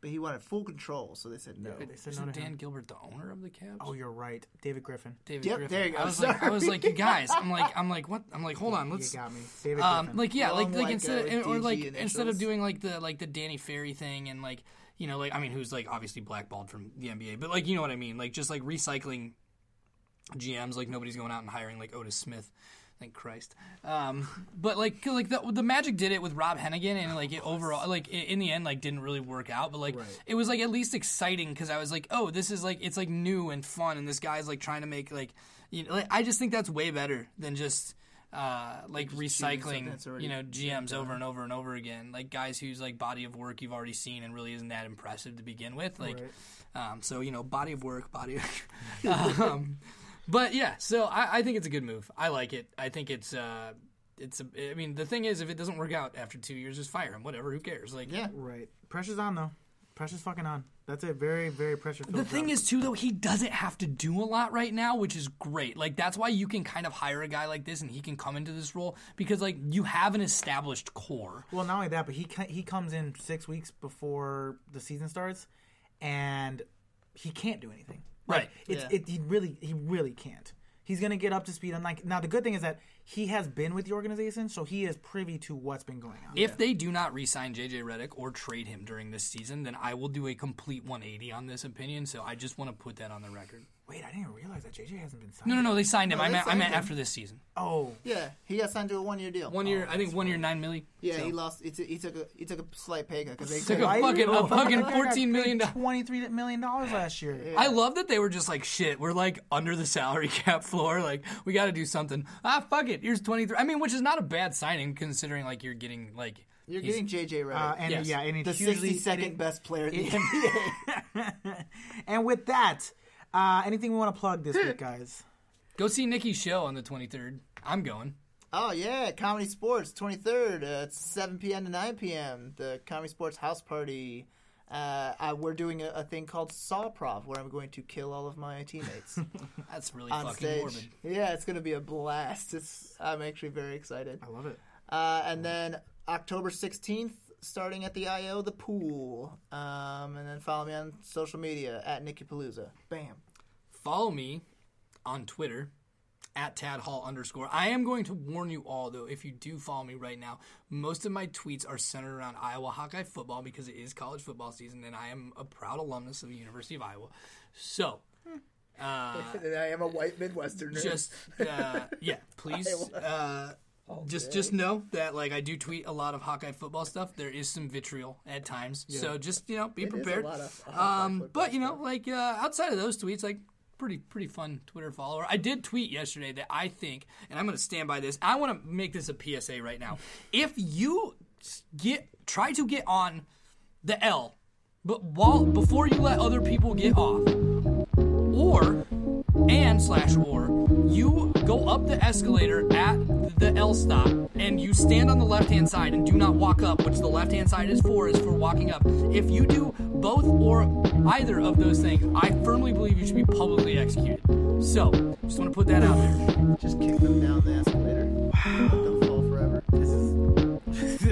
B: but he wanted full control, so they said no.
A: but
C: said
A: isn't
C: no to
A: Dan
C: him.
A: Gilbert the owner of the Cavs?
C: Oh, you're right, David Griffin.
A: David
B: Yep,
A: Griffin.
B: there you go.
A: I was like, I was like, you guys. I'm like, I'm like, what? I'm like, hold on,
C: You
A: let's.
C: got me, David
A: Um,
C: Griffin.
A: like yeah,
B: Long
A: like like
B: white
A: instead
B: guy with
A: or like
B: DG
A: instead
B: initials.
A: of doing like the like the Danny Ferry thing and like you know like I mean who's like obviously blackballed from the NBA, but like you know what I mean, like just like recycling GMs, like nobody's going out and hiring like Otis Smith. Thank Christ. Um, but like, 'cause, like the, the Magic did it with Rob Hennigan, and like it overall, like i- in the end, like didn't really work out. But like, it was like at least exciting because I was like, oh, this is like it's like new and fun, and this guy's like trying to make like, you know, like, I just think that's way better than just uh, like
B: something
A: recycling,
B: that's already
A: you know, GMs over and over and over again. Like guys whose like body of work you've already seen and really isn't that impressive to begin with. Like, um, so you know, body of work, body. Of um, but yeah, so I, I think it's a good move. I like it. I think it's. Uh, it's. A, I mean, the thing is, if it doesn't work out after two years, just fire him. Whatever. Who cares? Like.
B: Yeah,
C: right, pressure's on though. Pressure's fucking on. That's a very, very pressure.
A: The thing is, too, though, he doesn't have to do a lot right now, which is great. Like, that's why you can kind of hire a guy like this and he can come into this role because, like, you have an established core.
C: Well, not only that, but he ca- he comes in six weeks before the season starts, and he can't do anything. Like,
A: Right.
C: It's,
B: Yeah.
C: it, he really he really can't. He's gonna get up to speed. on like now, the good thing is that he has been with the organization, so he is privy to what's been going on.
A: If they do not re-sign JJ Redick or trade him during this season, then I will do a complete 180 on this opinion. So I just want to put that on the record.
C: Wait, I didn't even realize that JJ hasn't been signed.
A: No, no, no. They signed him. I
B: they
A: meant, I
B: signed
A: meant
B: him.
A: after this season.
C: Oh,
B: yeah. He got signed to a one-year deal.
A: One year, I think one year nine milli.
B: Yeah,
A: So-
B: he lost. He took, he took a he took a slight pay cut because they
A: Took
B: could-
A: a fucking a fucking fourteen million dollars.
C: twenty three million dollars last year.
A: I love that they were just like, shit, we're like under the salary cap floor. Like, we got to do something. Ah, fuck it. Here's 23. I mean, which is not a bad signing considering, like, you're getting, like,
B: You're
A: he's-
B: getting JJ Redick,
C: Uh, and
A: Yes.
C: yeah, and it's
B: the
C: usually-
B: 62nd best player in the NBA.
C: And with that, uh, anything we want to plug this week, guys?
A: Go see Nikki's show on the 23rd. I'm going.
B: Oh yeah, Comedy Sports, 23rd. Uh, it's 7 p.m. to 9 p.m. The Comedy Sports house party. Uh, I, we're doing a, a thing called Sawprov, where I'm going to kill all of my teammates
A: That's really
B: on
A: fucking
B: stage.
A: morbid.
B: Yeah, it's going to be a blast. It's I'm actually very excited.
C: I love it.
A: Oh.
B: Uh, and then October 16th, starting at the IO, the pool. Um, and then follow me on social media at Nikki Palooza. Bam.
A: follow me on Twitter at Tad Hall underscore. I am going to warn you all though, if you do follow me right now, most of my tweets are centered around Iowa Hawkeye football because it is college football season and I am a proud alumnus of the University of Iowa. So
B: and I am a white Midwesterner.
A: just uh, yeah, please uh, just just know that like I do tweet a lot of Hawkeye football stuff. There is some vitriol at times, so just you know be
B: is a
A: prepared.
B: lot of Hawkeye
A: um,
B: football
A: but you know, like uh, outside of those tweets, like pretty pretty fun Twitter follower. I did tweet yesterday that I think, and I'm going to stand by this. I want to make this a PSA right now. If you s- get try to get on the L, but while before you let other people get off or and slash or you go up the escalator at the L stop and you stand on the left hand side and do not walk up, which the left hand side is for, is for walking up. If you do both or either of those things, I firmly believe you should be publicly executed. So, just want to put that out there.
B: Just kick them down the escalator. They'll fall forever.
C: This is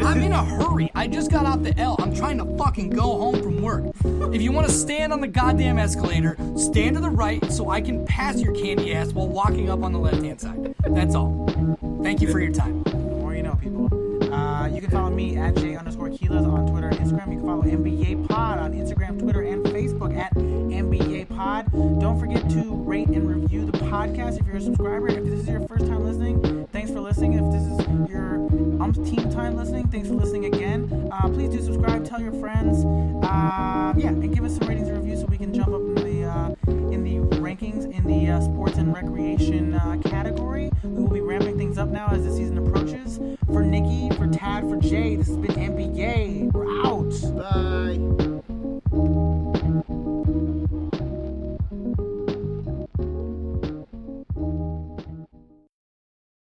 A: I'm in a hurry. I just got off the L. I'm trying to fucking go home from work. If you want to stand on the goddamn escalator, stand to the right so I can pass your candy ass while walking up on the left hand side. That's all. Thank you for your time.
C: more you know, people. Uh, you can follow me at J underscore Keelas on Twitter and Instagram. You can follow NBA Pod on Instagram, Twitter, and Facebook at NBA Pod. Don't forget to rate and review the podcast if you're a subscriber. If this is your first time listening, thanks for listening. If this is your umpteen time listening, thanks for listening again. Uh, please do subscribe, tell your friends, uh, yeah, and give us some ratings and reviews so we can jump up in the uh, in the rankings in the uh, sports and recreation uh, category. We will be ramping things up now as the season approaches. For Nikki, for Tad for Jay. This has been NBA. We're out.
B: Bye.